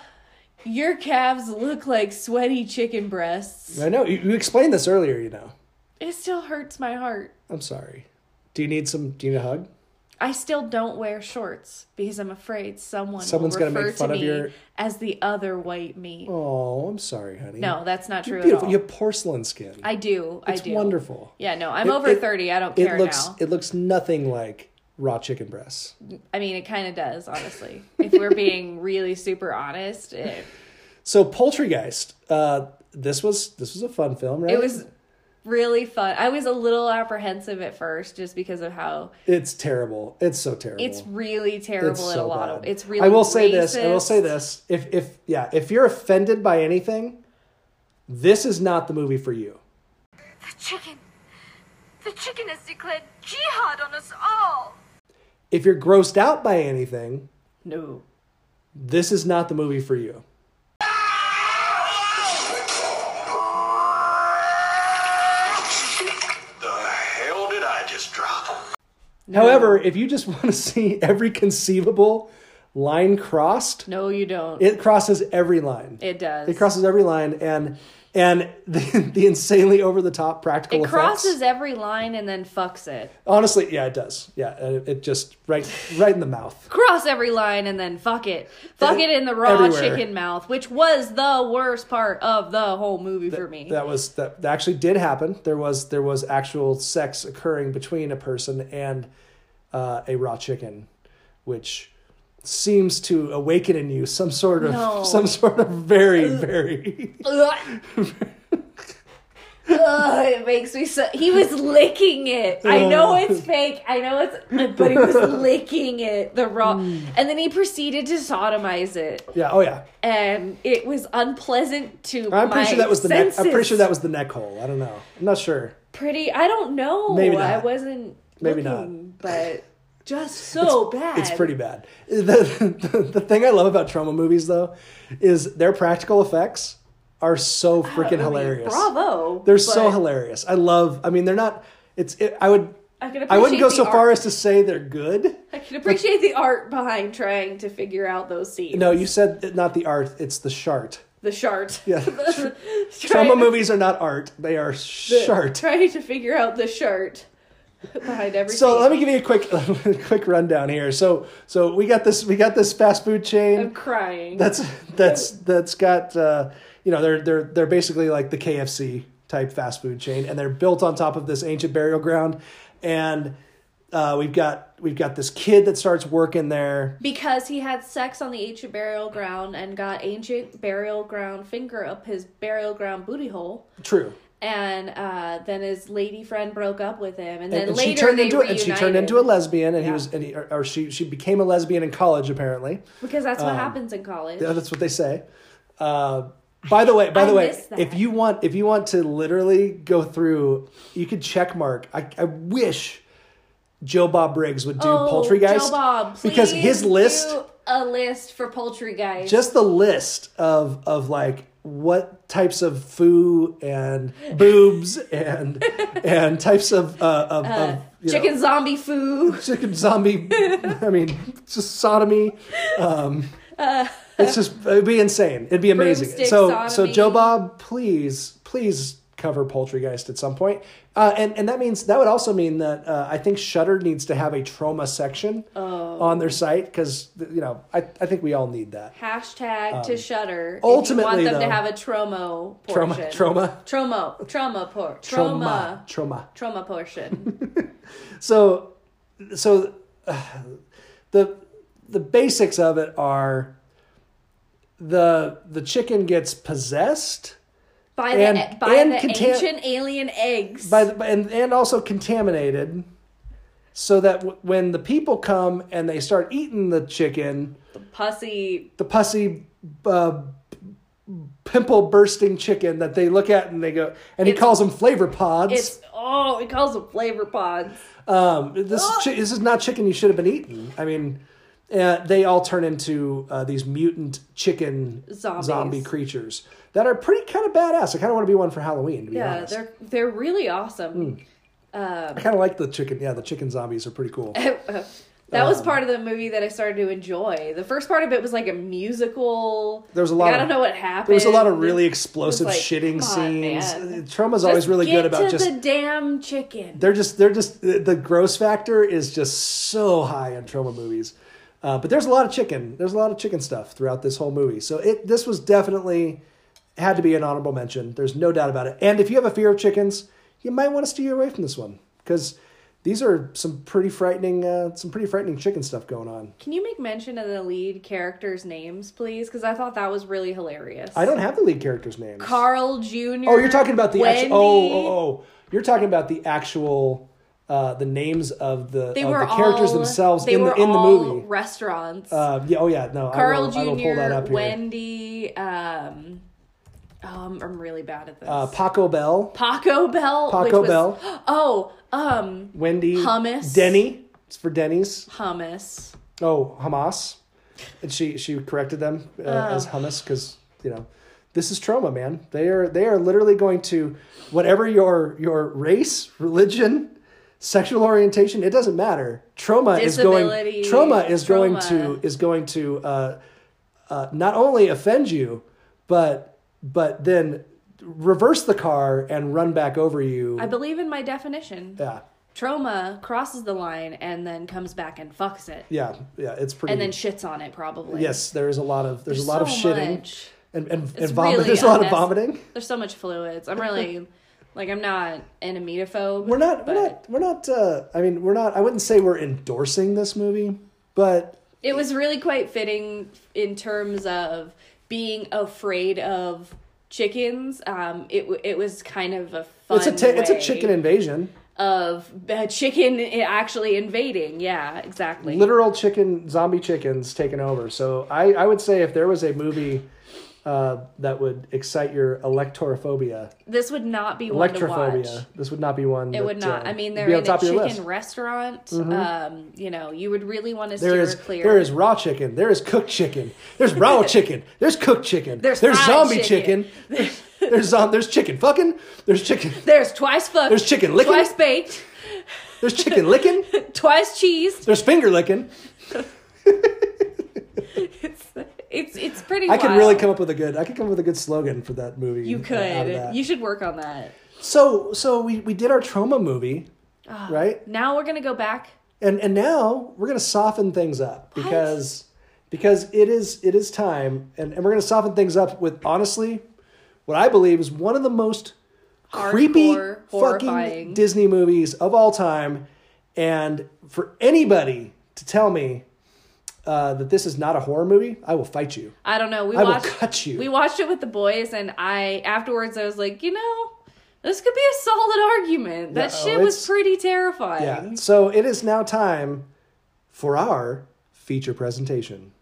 Speaker 5: your calves look like sweaty chicken breasts.
Speaker 3: I know you, you explained this earlier. You know,
Speaker 5: It still hurts my heart.
Speaker 3: I'm sorry. Do you need some? Do you need a hug?
Speaker 5: I still don't wear shorts because I'm afraid someone
Speaker 3: Someone's
Speaker 5: will
Speaker 3: gonna make
Speaker 5: refer
Speaker 3: fun
Speaker 5: to
Speaker 3: of
Speaker 5: me
Speaker 3: your-
Speaker 5: as the other white meat.
Speaker 3: Oh, I'm sorry, honey.
Speaker 5: No, that's not true at
Speaker 3: beautiful.
Speaker 5: all.
Speaker 3: You have porcelain skin.
Speaker 5: I do.
Speaker 3: It's
Speaker 5: I do.
Speaker 3: wonderful.
Speaker 5: Yeah, no, I'm
Speaker 3: It-
Speaker 5: over
Speaker 3: it-
Speaker 5: 30. I don't
Speaker 3: it
Speaker 5: care
Speaker 3: looks
Speaker 5: now.
Speaker 3: it looks nothing like raw chicken breasts.
Speaker 5: I mean, it kind of does, honestly. if we're being really super honest, it,
Speaker 3: So Poultrygeist, uh, this was this was a fun film, right?
Speaker 5: it was really fun. I was a little apprehensive at first just because of how
Speaker 3: It's terrible. It's so terrible.
Speaker 5: it's really terrible
Speaker 3: It's
Speaker 5: at
Speaker 3: so
Speaker 5: a lot of
Speaker 3: bad.
Speaker 5: it's really
Speaker 3: I will say this. I will say
Speaker 5: racist.
Speaker 3: this. If if yeah, if you're offended by anything, this is not the movie for you.
Speaker 8: The chicken. The chicken has declared jihad on us all.
Speaker 3: If you're grossed out by anything,
Speaker 5: No.
Speaker 3: this is not the movie for you.
Speaker 7: The hell did I just drop?
Speaker 3: However, if you just want to see every conceivable line crossed,
Speaker 5: No, you don't. It,
Speaker 3: it crosses every line.
Speaker 5: does.
Speaker 3: It crosses every line, and and the, the insanely over the top practical.
Speaker 5: It
Speaker 3: effects.
Speaker 5: crosses every line and then fucks it.
Speaker 3: Honestly, yeah, it does. Yeah, it, it just right right in the mouth.
Speaker 5: Cross every line and then fuck it. Fuck it in the raw
Speaker 3: Everywhere.
Speaker 5: chicken mouth, which was the worst part of the whole movie for me.
Speaker 3: That was that, that actually did happen. There was there was actual sex occurring between a person and uh, a raw chicken, which seems to awaken in you some sort of
Speaker 5: No.
Speaker 3: some sort of very very
Speaker 5: Ugh. Ugh, it makes me so. He was licking it. I know it's fake. I know it's, but he was licking it. The raw,
Speaker 3: Hmm.
Speaker 5: and then he proceeded to sodomize it,
Speaker 3: yeah oh yeah.
Speaker 5: and it was unpleasant to.
Speaker 3: I'm
Speaker 5: my
Speaker 3: pretty sure that was the
Speaker 5: senses.
Speaker 3: neck. I'm pretty sure that was the neck hole. I don't know. I'm not sure.
Speaker 5: pretty. I don't know.
Speaker 3: Maybe not.
Speaker 5: I wasn't.
Speaker 3: Maybe
Speaker 5: looking, But just so bad.
Speaker 3: It's pretty bad. The, the, the thing I love about trauma movies, though, is their practical effects are so freaking hilarious.
Speaker 5: Oh, Bravo.
Speaker 3: They're so
Speaker 5: but
Speaker 3: hilarious. I love. I mean, they're not. It's. It, I would.
Speaker 5: I can
Speaker 3: I wouldn't
Speaker 5: appreciate
Speaker 3: go
Speaker 5: the
Speaker 3: so far
Speaker 5: art.
Speaker 3: as to say they're good.
Speaker 5: I can appreciate the art behind trying to figure out those scenes.
Speaker 3: No, you said that not the art. It's the shart.
Speaker 5: the shart.
Speaker 3: Yeah.
Speaker 5: Trying
Speaker 3: trauma
Speaker 5: to-
Speaker 3: movies are not art. They are shart.
Speaker 5: Trying to figure out the shart. behind everything.
Speaker 3: So let me give you a quick quick rundown here. So so we got this we got this fast food chain.
Speaker 5: I'm crying.
Speaker 3: that's that's that's got uh, you know they're they're they're basically like the KFC type fast food chain, and they're built on top of this ancient burial ground, and uh, we've got we've got this kid that starts working there.
Speaker 5: because he had sex on the ancient burial ground and got ancient burial ground finger up his burial ground booty hole.
Speaker 3: True,
Speaker 5: And uh, then his lady friend broke up with him, and then
Speaker 3: and, and
Speaker 5: later
Speaker 3: she turned
Speaker 5: they
Speaker 3: into
Speaker 5: reunited.
Speaker 3: and she turned into a lesbian, and he was and he, or, or she she became a lesbian in college apparently.
Speaker 5: because that's
Speaker 3: Um,
Speaker 5: what happens in college.
Speaker 3: Yeah, that's what they say. Uh, by the way, by
Speaker 5: I
Speaker 3: the way,
Speaker 5: miss that.
Speaker 3: if you want, if you want to literally go through, you could check mark. I, I wish Joe Bob Briggs would do
Speaker 5: Oh,
Speaker 3: poultry guys
Speaker 5: Joe Bob,
Speaker 3: because his
Speaker 5: please
Speaker 3: list,
Speaker 5: do a list for poultry guys.
Speaker 3: just the list of of like what types of foo and boobs and and types of uh, of, of you know,
Speaker 5: chicken zombie food.
Speaker 3: chicken zombie. I mean, just sodomy. Um, it's just it'd be insane. It'd be amazing.
Speaker 5: Uh, Broomstick
Speaker 3: So so
Speaker 5: sodomy.
Speaker 3: Joe Bob, please please cover Poultrygeist at some point. Uh, and and that means that would also mean that uh, I think Shudder needs to have a trauma section
Speaker 5: Oh.
Speaker 3: on their site because you know I I think we all need that
Speaker 5: Hashtag to shudder.
Speaker 3: Um, ultimately,
Speaker 5: if you want them
Speaker 3: though-
Speaker 5: to have a tromo
Speaker 3: trauma
Speaker 5: portion.
Speaker 3: trauma
Speaker 5: trauma, trauma, por-
Speaker 3: trauma
Speaker 5: trauma, trauma
Speaker 3: trauma.
Speaker 5: portion.
Speaker 3: so so uh, the the basics of it are the the chicken gets possessed
Speaker 5: By the
Speaker 3: And-
Speaker 5: by
Speaker 3: and
Speaker 5: the
Speaker 3: contam-
Speaker 5: ancient alien eggs.
Speaker 3: by the, and and also contaminated so that w- when the people come and they start eating the chicken
Speaker 5: pussy.
Speaker 3: the pussy uh, pimple bursting chicken that they look at and they go and he
Speaker 5: It's-
Speaker 3: calls them flavor pods
Speaker 5: It's oh, it calls them flavor pods.
Speaker 3: Um, this
Speaker 5: Ah.
Speaker 3: chi- this is not chicken you should have been eating. I mean, uh, they all turn into uh, these mutant chicken
Speaker 5: Zombies.
Speaker 3: zombie creatures that are pretty kind of badass. I kind of want to be one for Halloween. To be
Speaker 5: Yeah,
Speaker 3: honest,
Speaker 5: they're they're really
Speaker 3: Hmm.
Speaker 5: awesome.
Speaker 3: I kind of like the chicken. Yeah, the chicken zombies are pretty cool.
Speaker 5: That was
Speaker 3: Um,
Speaker 5: part of the movie that I started to enjoy. The first part of it was like a musical.
Speaker 3: There was a lot
Speaker 5: I don't
Speaker 3: of-
Speaker 5: know what happened.
Speaker 3: There was a lot of really
Speaker 5: was
Speaker 3: explosive
Speaker 5: like,
Speaker 3: shitting
Speaker 5: come on,
Speaker 3: scenes.
Speaker 5: man.
Speaker 3: Uh, Trauma's always really
Speaker 5: get
Speaker 3: good about
Speaker 5: to
Speaker 3: just
Speaker 5: the damn chicken.
Speaker 3: they're just they're just the the gross factor is just so high in trauma movies uh, but there's a lot of chicken there's a lot of chicken stuff throughout this whole movie so it this was definitely had to be an honorable mention there's no doubt about it and if you have a fear of chickens you might want to steer away from this one because these are some pretty frightening uh, some pretty frightening chicken stuff going on
Speaker 5: Can you make mention of the lead characters' names, please? Because I thought that was really hilarious.
Speaker 3: i don't have the lead character's name
Speaker 5: Carl Jr.
Speaker 3: oh you're talking about the
Speaker 5: Wendy.
Speaker 3: actual oh, oh oh you're talking about the actual uh, the names of the,
Speaker 5: They
Speaker 3: of
Speaker 5: were
Speaker 3: oh, the characters
Speaker 5: all,
Speaker 3: themselves
Speaker 5: they
Speaker 3: in
Speaker 5: were
Speaker 3: the in the
Speaker 5: all
Speaker 3: movie
Speaker 5: Restaurants.
Speaker 3: Um, yeah, oh yeah, no.
Speaker 5: Carl
Speaker 3: I will, I will pull that up
Speaker 5: Jr.
Speaker 3: here.
Speaker 5: Wendy. Um, oh, I'm, I'm really bad at this.
Speaker 3: uh, Paco Bell,
Speaker 5: Paco Bell.
Speaker 3: Paco
Speaker 5: which was,
Speaker 3: Bell.
Speaker 5: Oh, um,
Speaker 3: Wendy,
Speaker 5: Hummus.
Speaker 3: Denny. It's for Denny's.
Speaker 5: hummus.
Speaker 3: Oh, Hamas. And she she corrected them uh,
Speaker 5: Oh.
Speaker 3: as hummus because you know this is trauma, man. They are they are literally going to whatever your your race, religion, sexual orientation. It doesn't matter. Trauma is going.
Speaker 5: Disability,
Speaker 3: Trauma is going
Speaker 5: trauma.
Speaker 3: to is going to uh, uh, not only offend you, but but then reverse the car and run back over you.
Speaker 5: I believe in my definition.
Speaker 3: yeah.
Speaker 5: Trauma crosses the line and then comes back and fucks it.
Speaker 3: Yeah, yeah, it's pretty.
Speaker 5: And then shits on it, probably.
Speaker 3: yes, there is a lot of there's, a lot of
Speaker 5: so
Speaker 3: shitting
Speaker 5: much.
Speaker 3: and and, and
Speaker 5: It's
Speaker 3: vomit.
Speaker 5: really
Speaker 3: there's a lot of
Speaker 5: unnecess-
Speaker 3: vomiting.
Speaker 5: There's so much fluids. I'm really like I'm not an emetophobe.
Speaker 3: We're not
Speaker 5: but
Speaker 3: we're not we're not. Uh, I mean, we're not. I wouldn't say we're endorsing this movie, but
Speaker 5: It was really quite fitting in terms of being afraid of chickens. Um, it w- it was kind of a fun.
Speaker 3: it's a t- it's a
Speaker 5: way
Speaker 3: chicken invasion,
Speaker 5: of a chicken i- actually invading. Yeah, exactly.
Speaker 3: literal chicken zombie chickens taking over. So I I would say if there was a movie. Uh, that would excite your electorophobia,
Speaker 5: this would not be one to watch.
Speaker 3: electrophobia. This would not be one. uh,
Speaker 5: It would not. I mean, they're
Speaker 3: be on
Speaker 5: in a
Speaker 3: top of your
Speaker 5: chicken
Speaker 3: list. Mm-hmm.
Speaker 5: restaurant. Um, you know, you would really want to
Speaker 3: There
Speaker 5: steer
Speaker 3: is
Speaker 5: clear.
Speaker 3: there is raw chicken. There is cooked chicken. There's raw chicken. There's cooked chicken.
Speaker 5: There's fried
Speaker 3: zombie
Speaker 5: chicken.
Speaker 3: chicken. There's um, there's chicken fucking. There's chicken.
Speaker 5: There's twice fucked.
Speaker 3: There's chicken licking.
Speaker 5: Twice baked.
Speaker 3: There's chicken licking.
Speaker 5: Twice cheese.
Speaker 3: There's finger licking.
Speaker 5: It's it's pretty.
Speaker 3: I could
Speaker 5: wild.
Speaker 3: really come up with a good. I could come up with a good slogan for that movie.
Speaker 5: You
Speaker 3: uh, out of
Speaker 5: could.
Speaker 3: that.
Speaker 5: You should work on that.
Speaker 3: so so we we did our trauma movie.
Speaker 5: Ah.
Speaker 3: right?
Speaker 5: Now we're gonna go back.
Speaker 3: and and now we're gonna soften things up because because it is it is time and, and we're gonna soften things up with honestly what i believe is one of the most creepy
Speaker 5: Hardcore,
Speaker 3: fucking
Speaker 5: horrifying.
Speaker 3: disney movies of all time and for anybody to tell me uh, that this is not a horror movie i will fight you
Speaker 5: I don't know. We
Speaker 3: I will
Speaker 5: watched.
Speaker 3: cut you.
Speaker 5: We watched it with the boys, and I afterwards I was like, you know, this could be a solid argument. That
Speaker 3: No,
Speaker 5: shit was
Speaker 3: it's-
Speaker 5: pretty terrifying.
Speaker 3: yeah so it is now time for our feature presentation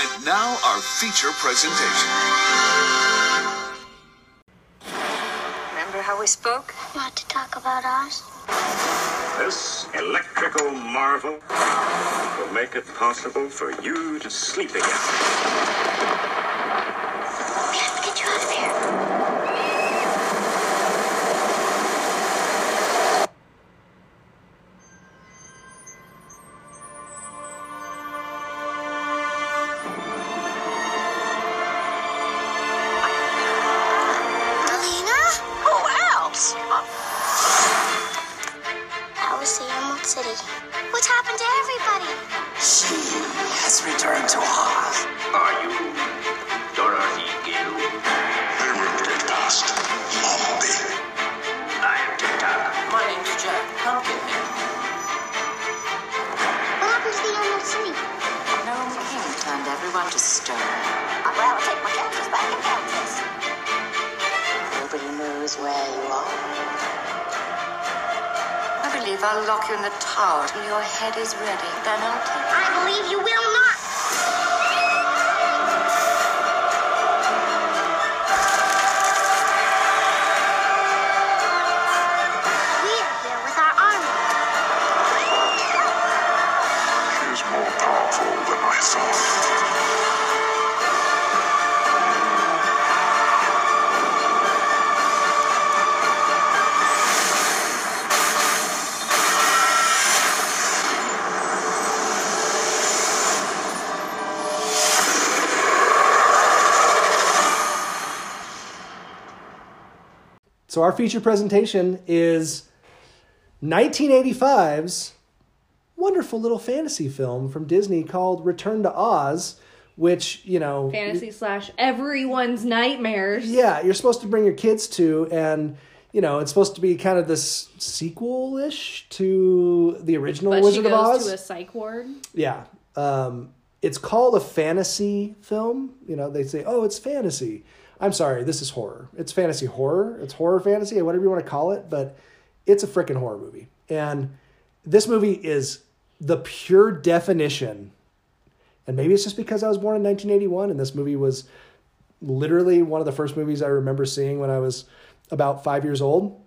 Speaker 7: And now our feature presentation.
Speaker 8: Remember how we spoke?
Speaker 9: You want to talk about Oz?
Speaker 7: This electrical marvel will make it possible for you to sleep again.
Speaker 9: We have to get you out of here. Melina? Who else? That was the Emerald City. What's happened to everybody?
Speaker 10: She has returned to Oz.
Speaker 7: Are you Dorothy Gale? I will to dust, I am TikTok.
Speaker 10: My name's Jack. Come get me.
Speaker 9: What happened to the Emerald City?
Speaker 10: No king turned everyone to stone.
Speaker 9: Well, take my characters back and characters. Nobody knows where you are.
Speaker 10: I believe I'll lock you in the tower till your head is ready. Then I'll take
Speaker 9: I believe you will not. We are here with our army.
Speaker 7: She's more powerful than I thought.
Speaker 3: So our feature presentation is 1985's wonderful little fantasy film from Disney called Return to Oz, which, you know,
Speaker 5: Fantasy slash everyone's nightmares.
Speaker 3: yeah, you're supposed to bring your kids to and you know, it's supposed to be kind of this sequel-ish to the original
Speaker 5: But
Speaker 3: Wizard
Speaker 5: she
Speaker 3: of Oz.
Speaker 5: goes to a psych ward.
Speaker 3: Yeah. Um, it's called a fantasy film. You know, they say, oh, it's fantasy. I'm sorry, this is horror. It's fantasy horror. It's horror fantasy, whatever you want to call it, but it's a freaking horror movie. And this movie is the pure definition. And maybe it's just because I was born in 1981 and this movie was literally one of the first movies I remember seeing when I was about five years old.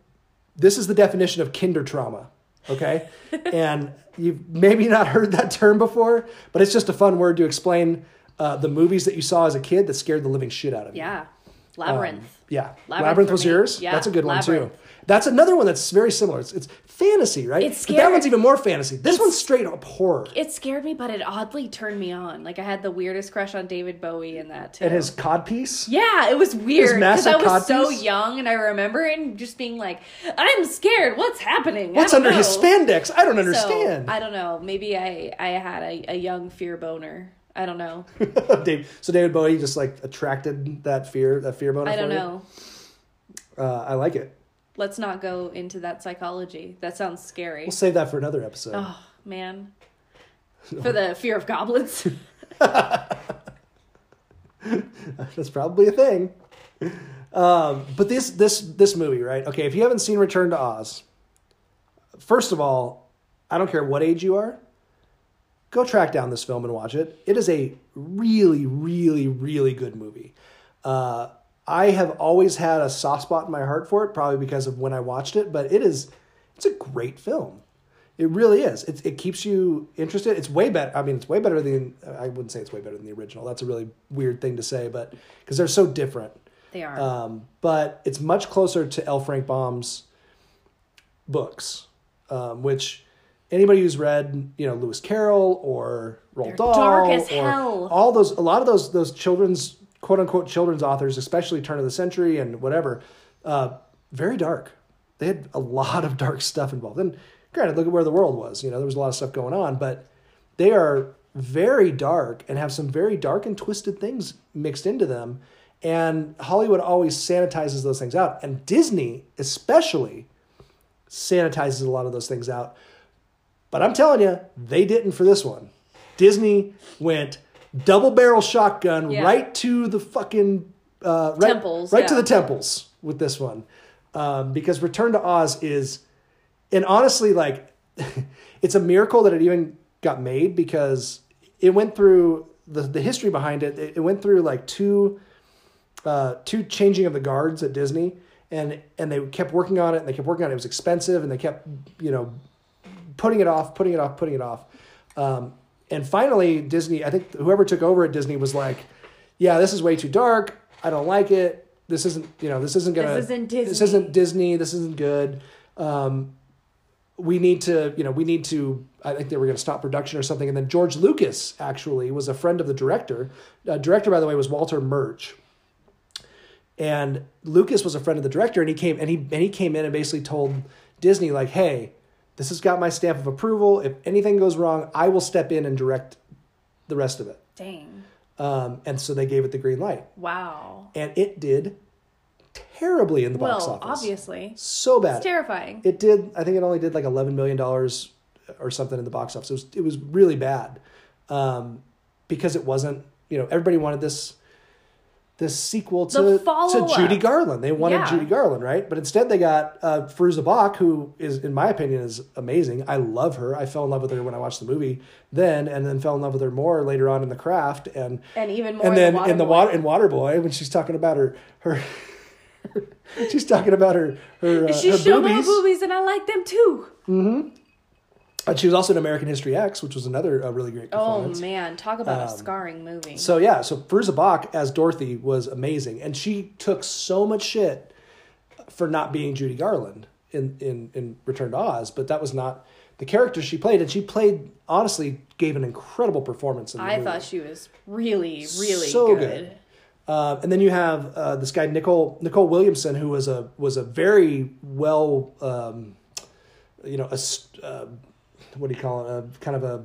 Speaker 3: This is the definition of kinder trauma. Okay. and you've maybe not heard that term before, but it's just a fun word to explain uh, the movies that you saw as a kid that scared the living shit out of you.
Speaker 5: Yeah, labyrinth.
Speaker 3: Yeah. Labyrinth,
Speaker 5: for
Speaker 3: was
Speaker 5: me.
Speaker 3: yours.
Speaker 5: Yeah,
Speaker 3: That's a good one
Speaker 5: Labyrinth.
Speaker 3: too. That's another one that's very similar. It's, it's fantasy, right?
Speaker 5: It's
Speaker 3: But that
Speaker 5: scary.
Speaker 3: one's even more fantasy. This one's straight up horror.
Speaker 5: It scared me, but it oddly turned me on. Like I had the weirdest crush on David Bowie in that too.
Speaker 3: and his codpiece.
Speaker 5: Yeah, it was weird because
Speaker 3: massive
Speaker 5: I was so
Speaker 3: codpiece?
Speaker 5: young, and I remember it just being like, "I'm scared. What's happening? I
Speaker 3: What's
Speaker 5: don't
Speaker 3: under his
Speaker 5: know."
Speaker 3: spandex? I don't
Speaker 5: So,
Speaker 3: understand.
Speaker 5: I don't know. Maybe I I had a, a young fear boner. I don't know.
Speaker 3: Dave- so David Bowie just like attracted that fear, that fear boner.
Speaker 5: I don't
Speaker 3: for you?
Speaker 5: know.
Speaker 3: Uh, I like it.
Speaker 5: Let's not go into that psychology. That sounds scary.
Speaker 3: We'll save that for another episode.
Speaker 5: Oh man, for the fear of goblins.
Speaker 3: That's probably a thing. Um, but this this this movie, right? Okay, if you haven't seen Return to Oz, first of all, I don't care what age you are, go track down this film and watch it. It is a really, really, really good movie. Uh, I have always had a soft spot in my heart for it, probably because of when I watched it. But it is it's a great film. It really is. It, it keeps you interested. It's way better. I mean, it's way better than I wouldn't say it's way better than the original. That's a really weird thing to say, but because they're so different.
Speaker 5: they are.
Speaker 3: Um, but it's much closer to L. Frank Baum's books, um, which anybody who's read, you know, Lewis Carroll or Roald Dahl,
Speaker 5: dark as
Speaker 3: or
Speaker 5: hell.
Speaker 3: all those, a lot of those those children's quote unquote children's authors, especially turn of the century and whatever, uh, very dark. they had a lot of dark stuff involved. And granted, look at where the world was. You know, there was a lot of stuff going on, but they are very dark and have some very dark and twisted things mixed into them. And Hollywood always sanitizes those things out. And Disney, especially, sanitizes a lot of those things out. But I'm telling you, they didn't for this one. Disney went double barrel shotgun
Speaker 5: Yeah.
Speaker 3: right to the fucking uh, right,
Speaker 5: Temples,
Speaker 3: right to
Speaker 5: yeah.
Speaker 3: the temples with this one, um, because Return to Oz is, and honestly, like, it's a miracle that it even got made because it went through the the history behind it. It, it went through like two uh, two changing of the guards at Disney, and and they kept working on it, and they kept working on it. It was expensive, and they kept you know putting it off, putting it off, putting it off. Um, and finally, Disney, I think whoever took over at Disney was like, "Yeah, this is way too dark. I don't like it. This isn't you know this isn't gonna
Speaker 5: This isn't
Speaker 3: This
Speaker 5: Disney."
Speaker 3: isn't Disney. This isn't good. Um, we need to you know we need to. I think they were going to stop production or something. And then George Lucas actually was a friend of the director. Uh, director, by the way, was Walter Murch and Lucas was a friend of the director, and he came and he and he came in and basically told Disney like, "Hey, this has got my stamp of approval. If anything goes wrong, I will step in and direct the rest of it."
Speaker 5: Dang.
Speaker 3: Um, and so they gave it the green light,
Speaker 5: Wow.
Speaker 3: and it did terribly in the box
Speaker 5: Well,
Speaker 3: office.
Speaker 5: obviously.
Speaker 3: so bad.
Speaker 5: It's terrifying.
Speaker 3: It did. I think it only did like eleven million dollars or something in the box office. It was it was really bad um, because it wasn't. You know, everybody wanted this this sequel
Speaker 5: The
Speaker 3: to to
Speaker 5: follow-up.
Speaker 3: Judy Garland. They wanted
Speaker 5: Yeah.
Speaker 3: Judy Garland, right? But instead, they got uh, Fruza Bach, who is, in my opinion, is amazing. I love her. I fell in love with her when I watched the movie then, and then fell in love with her more later on in The Craft, and
Speaker 5: And even more
Speaker 3: and then
Speaker 5: in
Speaker 3: in the
Speaker 5: Waterboy.
Speaker 3: water in Waterboy when she's talking about her her. She's talking about her her, uh,
Speaker 5: She
Speaker 3: her
Speaker 5: showed
Speaker 3: boobies.
Speaker 5: my boobies and I like them too.
Speaker 3: And Uh, she was also in American History X, which was another uh, really great
Speaker 5: Oh
Speaker 3: performance.
Speaker 5: man, talk about a scarring movie.
Speaker 3: Um, So yeah, so Fruza Bach as Dorothy was amazing, and she took so much shit for not being Judy Garland in in in Return to Oz, but that was not the character she played, and she played honestly gave an incredible performance. In the
Speaker 5: I
Speaker 3: movie.
Speaker 5: thought she was really, really
Speaker 3: So
Speaker 5: good.
Speaker 3: good. Uh, and then you have uh, this guy Nicole Nicole Williamson, who was a was a very well, um, you know, a s- uh, what do you call it? A kind of a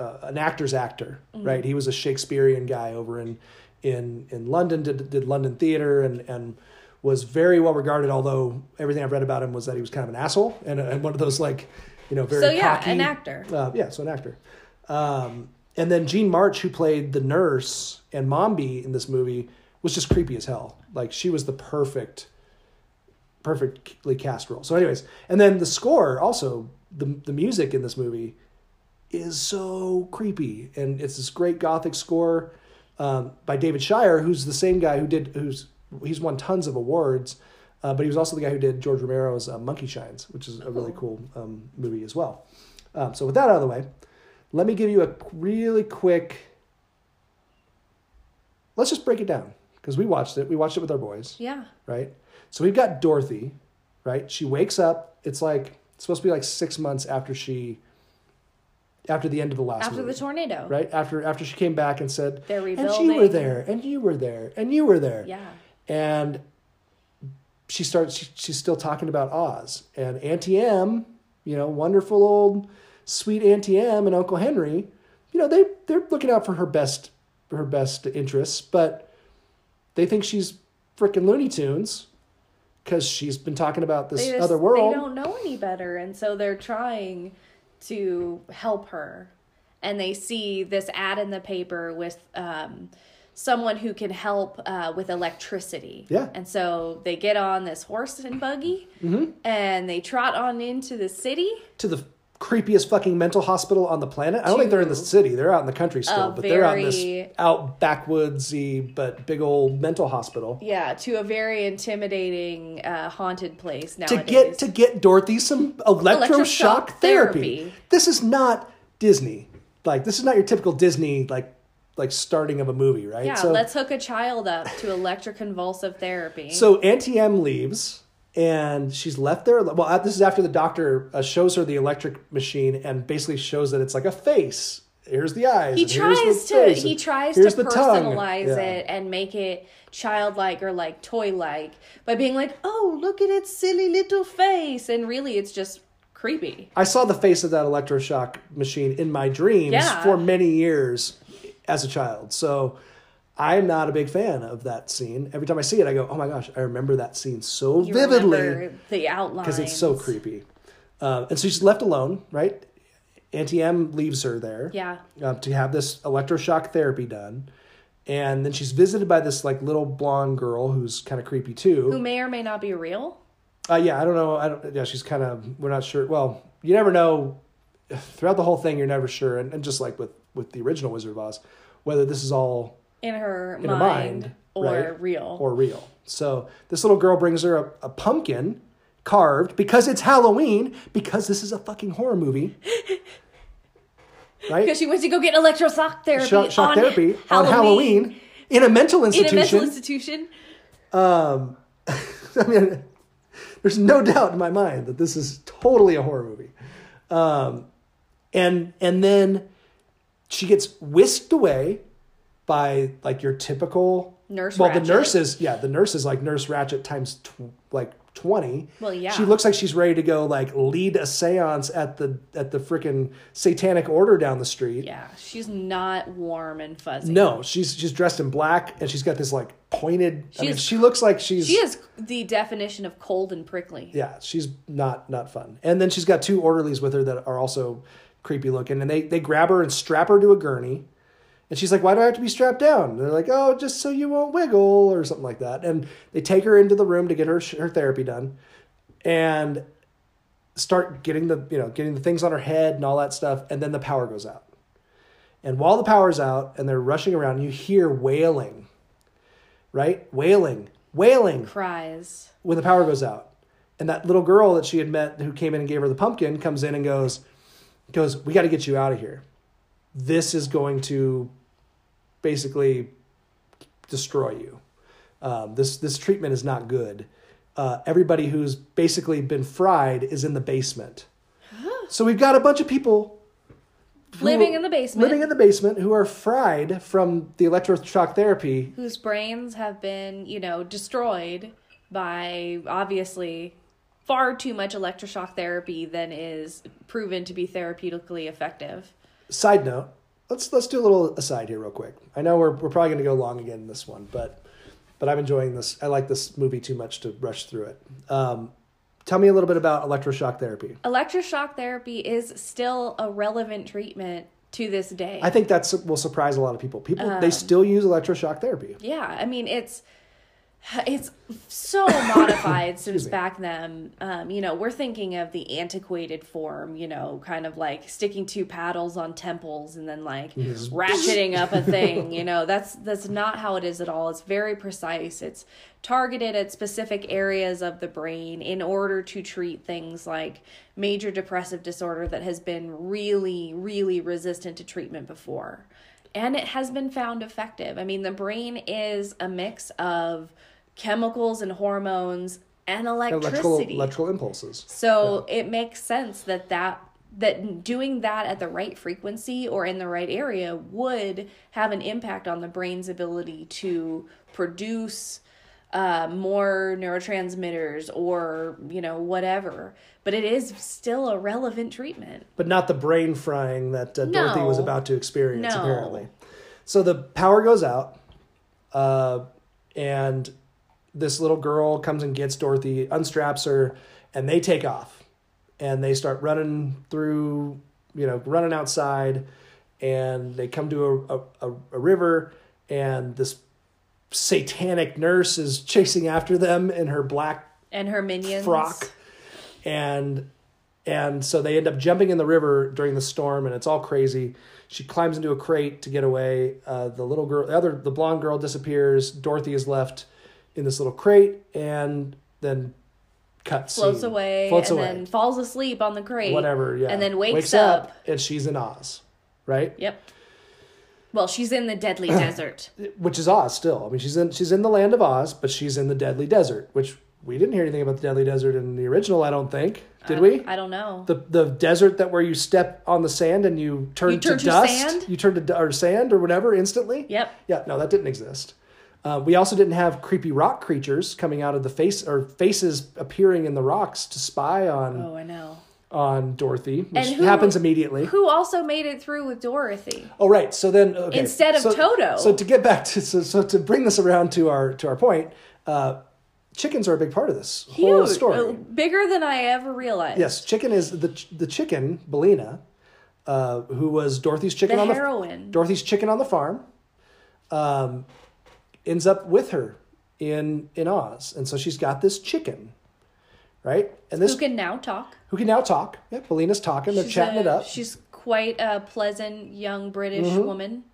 Speaker 3: uh, an actor's actor,
Speaker 5: Mm-hmm.
Speaker 3: right? He was a Shakespearean guy over in in in London. Did did London theater and and was very well regarded. Although everything I've read about him was that he was kind of an asshole and, and one of those like, you know, very
Speaker 5: So yeah,
Speaker 3: cocky-
Speaker 5: an actor.
Speaker 3: uh, yeah, so an actor. Um, and then Jean March, who played the nurse and Mombi in this movie, was just creepy as hell. Like she was the perfect, perfectly cast role. So, anyways, and then the score also the the music in this movie is so creepy, and it's this great gothic score um, by David Shire, who's the same guy who did who's he's won tons of awards. Uh, but he was also the guy who did George Romero's uh, Monkey Shines, which is a really cool um, movie as well. Um, so with that out of the way, let me give you a really quick. Let's just break it down because we watched it. We watched it with our boys,
Speaker 5: Yeah.
Speaker 3: right? So we've got Dorothy, right? She wakes up. It's like it's supposed to be like six months after she, after the end of the last
Speaker 5: After
Speaker 3: movie,
Speaker 5: the tornado.
Speaker 3: right? After after she came back and said,
Speaker 5: They're
Speaker 3: and you were
Speaker 5: rebuilding."
Speaker 3: there, and you were there, and you were there,
Speaker 5: Yeah.
Speaker 3: and she starts she, she's still talking about oz and auntie m you know wonderful old sweet auntie m and uncle henry you know they they're looking out for her best for her best interests but they think she's freaking looney tunes because she's been talking about this
Speaker 5: They just-
Speaker 3: other world
Speaker 5: They don't know any better, and so they're trying to help her. And they see this ad in the paper with um, someone who can help uh, with electricity.
Speaker 3: Yeah.
Speaker 5: And so they get on this horse and buggy,
Speaker 3: Mm-hmm.
Speaker 5: and they trot on into the city.
Speaker 3: to the creepiest fucking mental hospital on the planet. I don't think they're in the city. They're out in the country still,
Speaker 5: a
Speaker 3: but they're out in this
Speaker 5: very-
Speaker 3: out backwoodsy but big old mental hospital.
Speaker 5: Yeah, to a very intimidating uh, haunted place
Speaker 3: to
Speaker 5: nowadays.
Speaker 3: get to get Dorothy some electroshock
Speaker 5: Electroshock
Speaker 3: therapy.
Speaker 5: therapy.
Speaker 3: This is not Disney. Like this is not your typical Disney like like starting of a movie, right?
Speaker 5: yeah,
Speaker 3: so
Speaker 5: let's hook a child up to electroconvulsive therapy.
Speaker 3: so Auntie M leaves and she's left there. Well, uh, this is after the doctor uh, shows her the electric machine and basically shows that it's like a face here's the eyes.
Speaker 5: he
Speaker 3: and here's the
Speaker 5: tries to
Speaker 3: face,
Speaker 5: he
Speaker 3: and
Speaker 5: tries to
Speaker 3: here's the tongue.
Speaker 5: personalize
Speaker 3: Yeah.
Speaker 5: it and make it childlike or like toy like by being like oh look at its silly little face and really it's just creepy
Speaker 3: I saw the face of that electroshock machine in my dreams
Speaker 5: Yeah.
Speaker 3: for many years as a child. So I'm not a big fan of that scene. Every time I see it, I go, "Oh my gosh, I remember that scene so
Speaker 5: You
Speaker 3: vividly
Speaker 5: remember the outline
Speaker 3: because it's so creepy." Um, and so she's left alone, right? Auntie M leaves her there
Speaker 5: yeah
Speaker 3: uh, to have this electroshock therapy done, and then she's visited by this like little blonde girl who's kind of creepy too.
Speaker 5: who may or may not be real
Speaker 3: Uh, yeah, I don't know. I don't. Yeah, she's kind of. We're not sure. Well, you never know. Throughout the whole thing, you're never sure, and, and just like with with the original Wizard of Oz, whether this is all
Speaker 5: in her,
Speaker 3: in
Speaker 5: mind,
Speaker 3: her mind
Speaker 5: or
Speaker 3: right?
Speaker 5: real
Speaker 3: or real. So this little girl brings her a, a pumpkin carved because it's Halloween because this is a fucking horror movie, right?
Speaker 5: because she went to go get electroshock therapy
Speaker 3: Shock, shock
Speaker 5: on
Speaker 3: therapy
Speaker 5: Halloween,
Speaker 3: on Halloween in a mental
Speaker 5: in
Speaker 3: institution.
Speaker 5: a mental institution
Speaker 3: Um, I mean, there's no doubt in my mind that this is totally a horror movie. Um, and and then she gets whisked away by like your typical
Speaker 5: Nurse
Speaker 3: Well,
Speaker 5: Ratched.
Speaker 3: the nurses, yeah, the nurses like Nurse Ratchet times tw- like twenty.
Speaker 5: Well, yeah.
Speaker 3: She looks like she's ready to go like lead a séance at the at the freaking Satanic Order down the street.
Speaker 5: yeah she's not warm and fuzzy
Speaker 3: No, she's she's dressed in black and she's got this like pointed. I mean,
Speaker 5: She's-
Speaker 3: she looks like she's
Speaker 5: she is the definition of cold and prickly
Speaker 3: yeah, she's not not fun. And then she's got two orderlies with her that are also creepy looking, and they they grab her and strap her to a gurney, and she's like, "Why do I have to be strapped down?" And they're like, "Oh, just so you won't wiggle or something like that." And they take her into the room to get her her therapy done, and start getting the you know getting the things on her head and all that stuff, and then the power goes out. And while the power's out and they're rushing around, you hear wailing, right? Wailing, wailing
Speaker 5: cries
Speaker 3: when the power goes out. And that little girl that she had met who came in and gave her the pumpkin comes in and goes, goes, We gotta get you out of here. This is going to basically destroy you. Um, this this treatment is not good. Uh, everybody who's basically been fried is in the basement. so we've got a bunch of people who-
Speaker 5: living in the basement
Speaker 3: living in the basement who are fried from the electroshock therapy
Speaker 5: whose brains have been, you know, destroyed by obviously far too much electroshock therapy than is proven to be therapeutically effective.
Speaker 3: side note let's let's do a little aside here real quick i know we're, we're probably going to go long again in this one but but i'm enjoying this i like this movie too much to rush through it um, tell me a little bit about electroshock therapy
Speaker 5: Electroshock therapy is still a relevant treatment to this day.
Speaker 3: i think that's will surprise a lot of people people they still use electroshock therapy
Speaker 5: yeah, I mean it's it's so modified since back then. Um, you know, we're thinking of the antiquated form, you know, kind of like sticking two paddles on temples and then like ratcheting up a thing, you know. That's that's not how it is at all. It's very precise. It's targeted at specific areas of the brain in order to treat things like major depressive disorder that has been really really resistant to treatment before. And it has been found effective. I mean, the brain is a mix of chemicals and hormones and
Speaker 3: electrical
Speaker 5: electricity.
Speaker 3: electrical impulses
Speaker 5: so it makes sense that that that doing that at the right frequency or in the right area would have an impact on the brain's ability to produce uh, more neurotransmitters or you know whatever but it is still a relevant treatment
Speaker 3: but not the brain frying that uh, Dorothy was
Speaker 5: No.
Speaker 3: about to experience,
Speaker 5: No.
Speaker 3: apparently. So the power goes out, uh, and this little girl comes and gets Dorothy, unstraps her, and they take off. And they start running through, you know, running outside, and they come to a, a, a, a river, and this satanic nurse is chasing after them in her black
Speaker 5: and her minions
Speaker 3: frock and and so they end up jumping in the river during the storm and it's all crazy she climbs into a crate to get away uh, the little girl the other the blonde girl disappears dorothy is left in this little crate and then cuts
Speaker 5: floats away
Speaker 3: floats
Speaker 5: and
Speaker 3: away
Speaker 5: then falls asleep on the crate
Speaker 3: whatever yeah
Speaker 5: and then wakes, up.
Speaker 3: and she's in oz right
Speaker 5: yep well she's in the deadly desert
Speaker 3: which is oz still i mean she's in she's in the land of oz but she's in the deadly desert which We didn't hear anything about the Deadly Desert in the original, I don't think. Did
Speaker 5: I-
Speaker 3: we?
Speaker 5: I don't know.
Speaker 3: The the desert that where you step on the sand and you turn,
Speaker 5: You turn to
Speaker 3: dust,
Speaker 5: sand?
Speaker 3: you turn to du- or sand or whatever instantly.
Speaker 5: Yep.
Speaker 3: Yeah, no, that didn't exist. Uh, we also didn't have creepy rock creatures coming out of the face or faces appearing in the rocks to spy on
Speaker 5: Oh, I know.
Speaker 3: on Dorothy, which
Speaker 5: And who-
Speaker 3: happens immediately.
Speaker 5: Who also made it through with Dorothy?
Speaker 3: Oh right. So then okay.
Speaker 5: Instead of
Speaker 3: So-
Speaker 5: Toto.
Speaker 3: So to get back to so, so to bring this around to our to our point, uh, chickens are a big part of this whole
Speaker 5: Huge.
Speaker 3: story.
Speaker 5: Uh, Bigger than I ever realized.
Speaker 3: Yes, chicken is the ch- the chicken Belina, uh, who was Dorothy's chicken
Speaker 5: The
Speaker 3: on the
Speaker 5: heroine.
Speaker 3: Dorothy's chicken on the farm, um, ends up with her in in Oz, and so she's got this chicken, right? And this
Speaker 5: Who can now talk?
Speaker 3: who can now talk? Yeah, Belina's talking. They're
Speaker 5: She's
Speaker 3: chatting
Speaker 5: a-
Speaker 3: it up. Mm-hmm.
Speaker 5: She's quite a pleasant young British woman.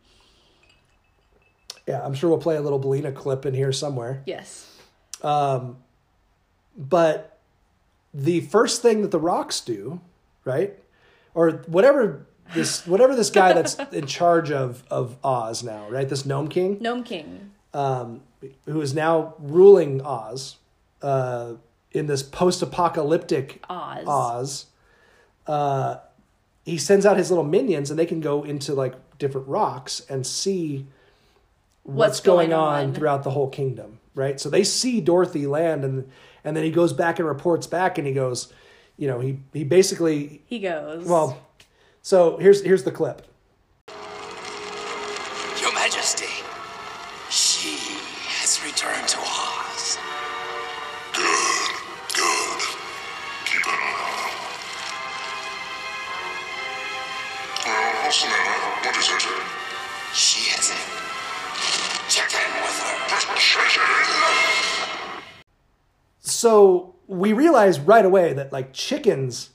Speaker 3: Yeah, I'm sure we'll play a little Belina clip in here somewhere.
Speaker 5: Yes.
Speaker 3: But the first thing that the rocks do, right, or whatever this whatever this guy that's in charge of of Oz now, right, this gnome king.
Speaker 5: Gnome King.
Speaker 3: um, who is now ruling Oz uh, in this post-apocalyptic
Speaker 5: Oz.
Speaker 3: Oz, uh, he sends out his little minions, and they can go into like different rocks and see what's, going, on, throughout the whole kingdom, right? So they see Dorothy land, and and then he goes back and reports back, and he goes, you know, he he basically
Speaker 5: He goes.
Speaker 3: well, so here's here's the clip.
Speaker 7: Your Majesty, she has returned to Oz. Good, good. Keep an eye on her. Uh, what's the matter? What is it? She has a chicken with her. Chicken?
Speaker 3: so we realize right away that like chickens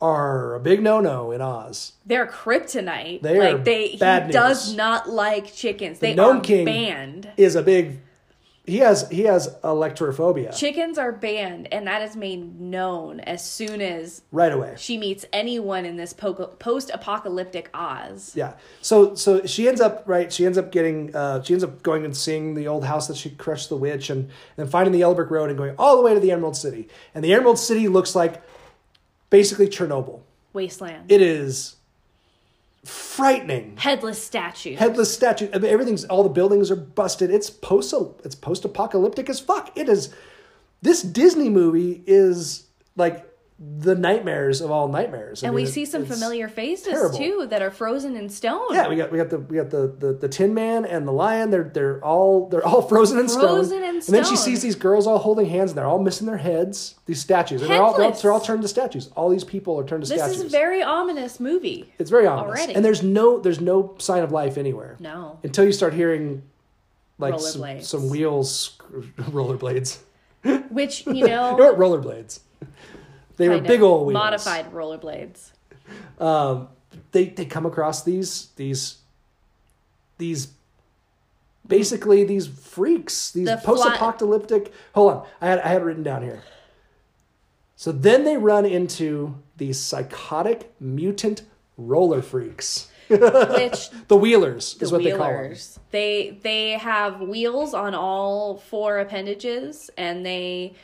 Speaker 3: are a big no-no in Oz.
Speaker 5: They're kryptonite.
Speaker 3: They
Speaker 5: like
Speaker 3: are
Speaker 5: they
Speaker 3: bad
Speaker 5: he does
Speaker 3: news.
Speaker 5: not like chickens.
Speaker 3: The
Speaker 5: they
Speaker 3: Gnome
Speaker 5: are
Speaker 3: King
Speaker 5: banned.
Speaker 3: is a big. He has he has electrophobia
Speaker 5: Chickens are banned, and that is made known as soon as
Speaker 3: right away.
Speaker 5: she meets anyone in this po- post-apocalyptic Oz.
Speaker 3: Yeah. So so she ends up right. She ends up getting. Uh, she ends up going and seeing the old house that she crushed the witch, and then finding the Yellow Brick Road and going all the way to the Emerald City. And the Emerald City looks like basically Chernobyl.
Speaker 5: Wasteland.
Speaker 3: It is frightening.
Speaker 5: Headless statue.
Speaker 3: headless statue. I mean, Everything's all the buildings are busted. It's post it's post apocalyptic as fuck. It is this Disney movie is like the nightmares of all nightmares. I
Speaker 5: and
Speaker 3: mean,
Speaker 5: we
Speaker 3: it-
Speaker 5: see some
Speaker 3: it's-
Speaker 5: familiar faces
Speaker 3: terrible.
Speaker 5: too that are frozen in stone.
Speaker 3: Yeah, we got we got the we got the, the the Tin Man and the Lion. They're they're all they're all frozen in stone.
Speaker 5: Frozen in
Speaker 3: And then she
Speaker 5: stone.
Speaker 3: sees these girls all holding hands and they're all missing their heads. These statues. And they're all they're, all-
Speaker 5: Headless.
Speaker 3: they're all turned to statues. All these people are turned to
Speaker 5: this
Speaker 3: statues.
Speaker 5: is a very ominous movie.
Speaker 3: it's very ominous.
Speaker 5: already.
Speaker 3: And there's no there's no sign of life anywhere.
Speaker 5: no.
Speaker 3: until you start hearing like some,
Speaker 5: Rollerblades.
Speaker 3: some wheels rollerblades
Speaker 5: Which, you
Speaker 3: they
Speaker 5: know,
Speaker 3: weren't rollerblades they were
Speaker 5: Oh. kind
Speaker 3: big
Speaker 5: of
Speaker 3: old wheels
Speaker 5: modified rollerblades.
Speaker 3: um, they, they come across these these these basically these freaks these
Speaker 5: The fly-
Speaker 3: post-apocalyptic hold on I had, I had it written down here so then they run into these psychotic mutant roller freaks
Speaker 5: Which
Speaker 3: the wheelers
Speaker 5: the
Speaker 3: is what they call them
Speaker 5: wheelers. They, they have wheels on all four appendages and they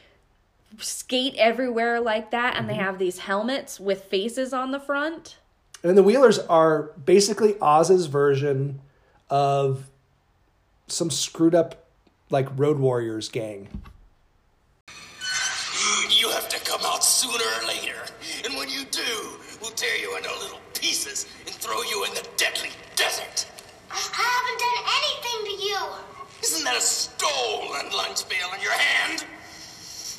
Speaker 5: skate everywhere like that and they
Speaker 3: Mm-hmm.
Speaker 5: have these helmets with faces on the front.
Speaker 3: And the Wheelers are basically Oz's version of some screwed up like Road Warriors gang.
Speaker 7: You have to come out sooner or later. And when you do, we'll tear you into little pieces and throw you in the deadly desert.
Speaker 10: I haven't done anything to you.
Speaker 7: Isn't that a stolen lunch pail in your hand?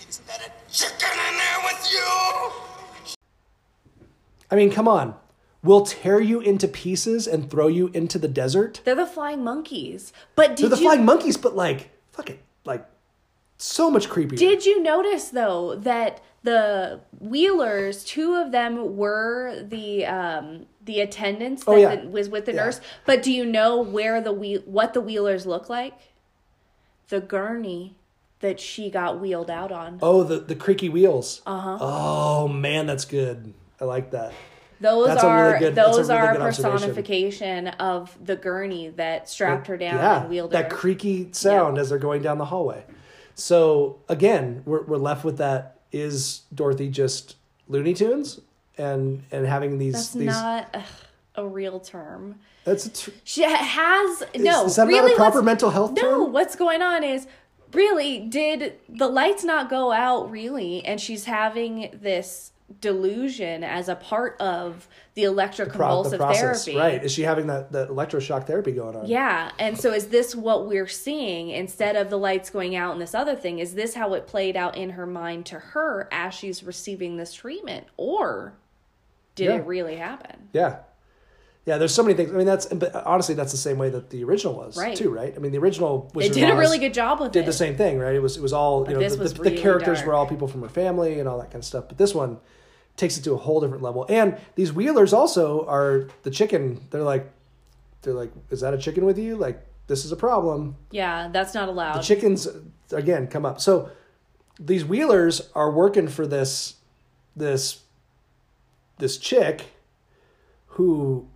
Speaker 7: Isn't that a chicken in there with you?
Speaker 3: I mean, come on. We'll tear you into pieces and throw you into the desert.
Speaker 5: They're the flying monkeys. But
Speaker 3: They're
Speaker 5: did
Speaker 3: the
Speaker 5: you
Speaker 3: flying monkeys, but like, fuck it. Like, so much creepier.
Speaker 5: Did you notice though that the Wheelers, two of them were the um the attendants that
Speaker 3: Oh, yeah.
Speaker 5: the- was with the
Speaker 3: Yeah.
Speaker 5: nurse? But do you know where the wheel what the Wheelers look like? The gurney that she got wheeled out on.
Speaker 3: oh, the, the creaky wheels. Uh
Speaker 5: Uh-huh.
Speaker 3: huh. Oh, man, that's good. I like that.
Speaker 5: those
Speaker 3: that's a really
Speaker 5: are
Speaker 3: good- that's a
Speaker 5: those
Speaker 3: really
Speaker 5: are a
Speaker 3: good observation.
Speaker 5: personification of the gurney that strapped her down and wheeled
Speaker 3: that
Speaker 5: her.
Speaker 3: creaky sound as they're going down the hallway. So again, we're we're left with that: is Dorothy just Looney Tunes and and having these
Speaker 5: That's
Speaker 3: these?
Speaker 5: not ugh, a real term.
Speaker 3: that's a tr-
Speaker 5: She has
Speaker 3: is,
Speaker 5: no.
Speaker 3: Is that
Speaker 5: really
Speaker 3: not a proper
Speaker 5: what's-
Speaker 3: mental health
Speaker 5: No,
Speaker 3: term?
Speaker 5: what's going on is really did the lights not go out really and she's having this delusion as a part of the
Speaker 3: Pro-
Speaker 5: electroconvulsive
Speaker 3: the process,
Speaker 5: therapy.
Speaker 3: right? Is she having that that electroshock therapy going on?
Speaker 5: Yeah, and so is this what we're seeing instead of the lights going out and this other thing? Is this how it played out in her mind to her as she's receiving this treatment or did
Speaker 3: Yeah.
Speaker 5: it really happen?
Speaker 3: Yeah. Yeah, there's so many things. I mean, that's but honestly, that's the same way that the original was
Speaker 5: Right.
Speaker 3: too, right? I mean, the original
Speaker 5: They
Speaker 3: Wizard
Speaker 5: did
Speaker 3: of
Speaker 5: a
Speaker 3: Oz
Speaker 5: really good job with
Speaker 3: did
Speaker 5: it.
Speaker 3: the same thing, right? It was it was all you know
Speaker 5: this
Speaker 3: the,
Speaker 5: was
Speaker 3: the,
Speaker 5: really
Speaker 3: the characters
Speaker 5: dark.
Speaker 3: were all people from her family and all that kind of stuff. But this one takes it to a whole different level. And these Wheelers also are the chicken. They're like, they're like, is that a chicken with you? Like, this is a problem.
Speaker 5: Yeah, that's not allowed.
Speaker 3: The chickens again come up. So these wheelers are working for this this this chick who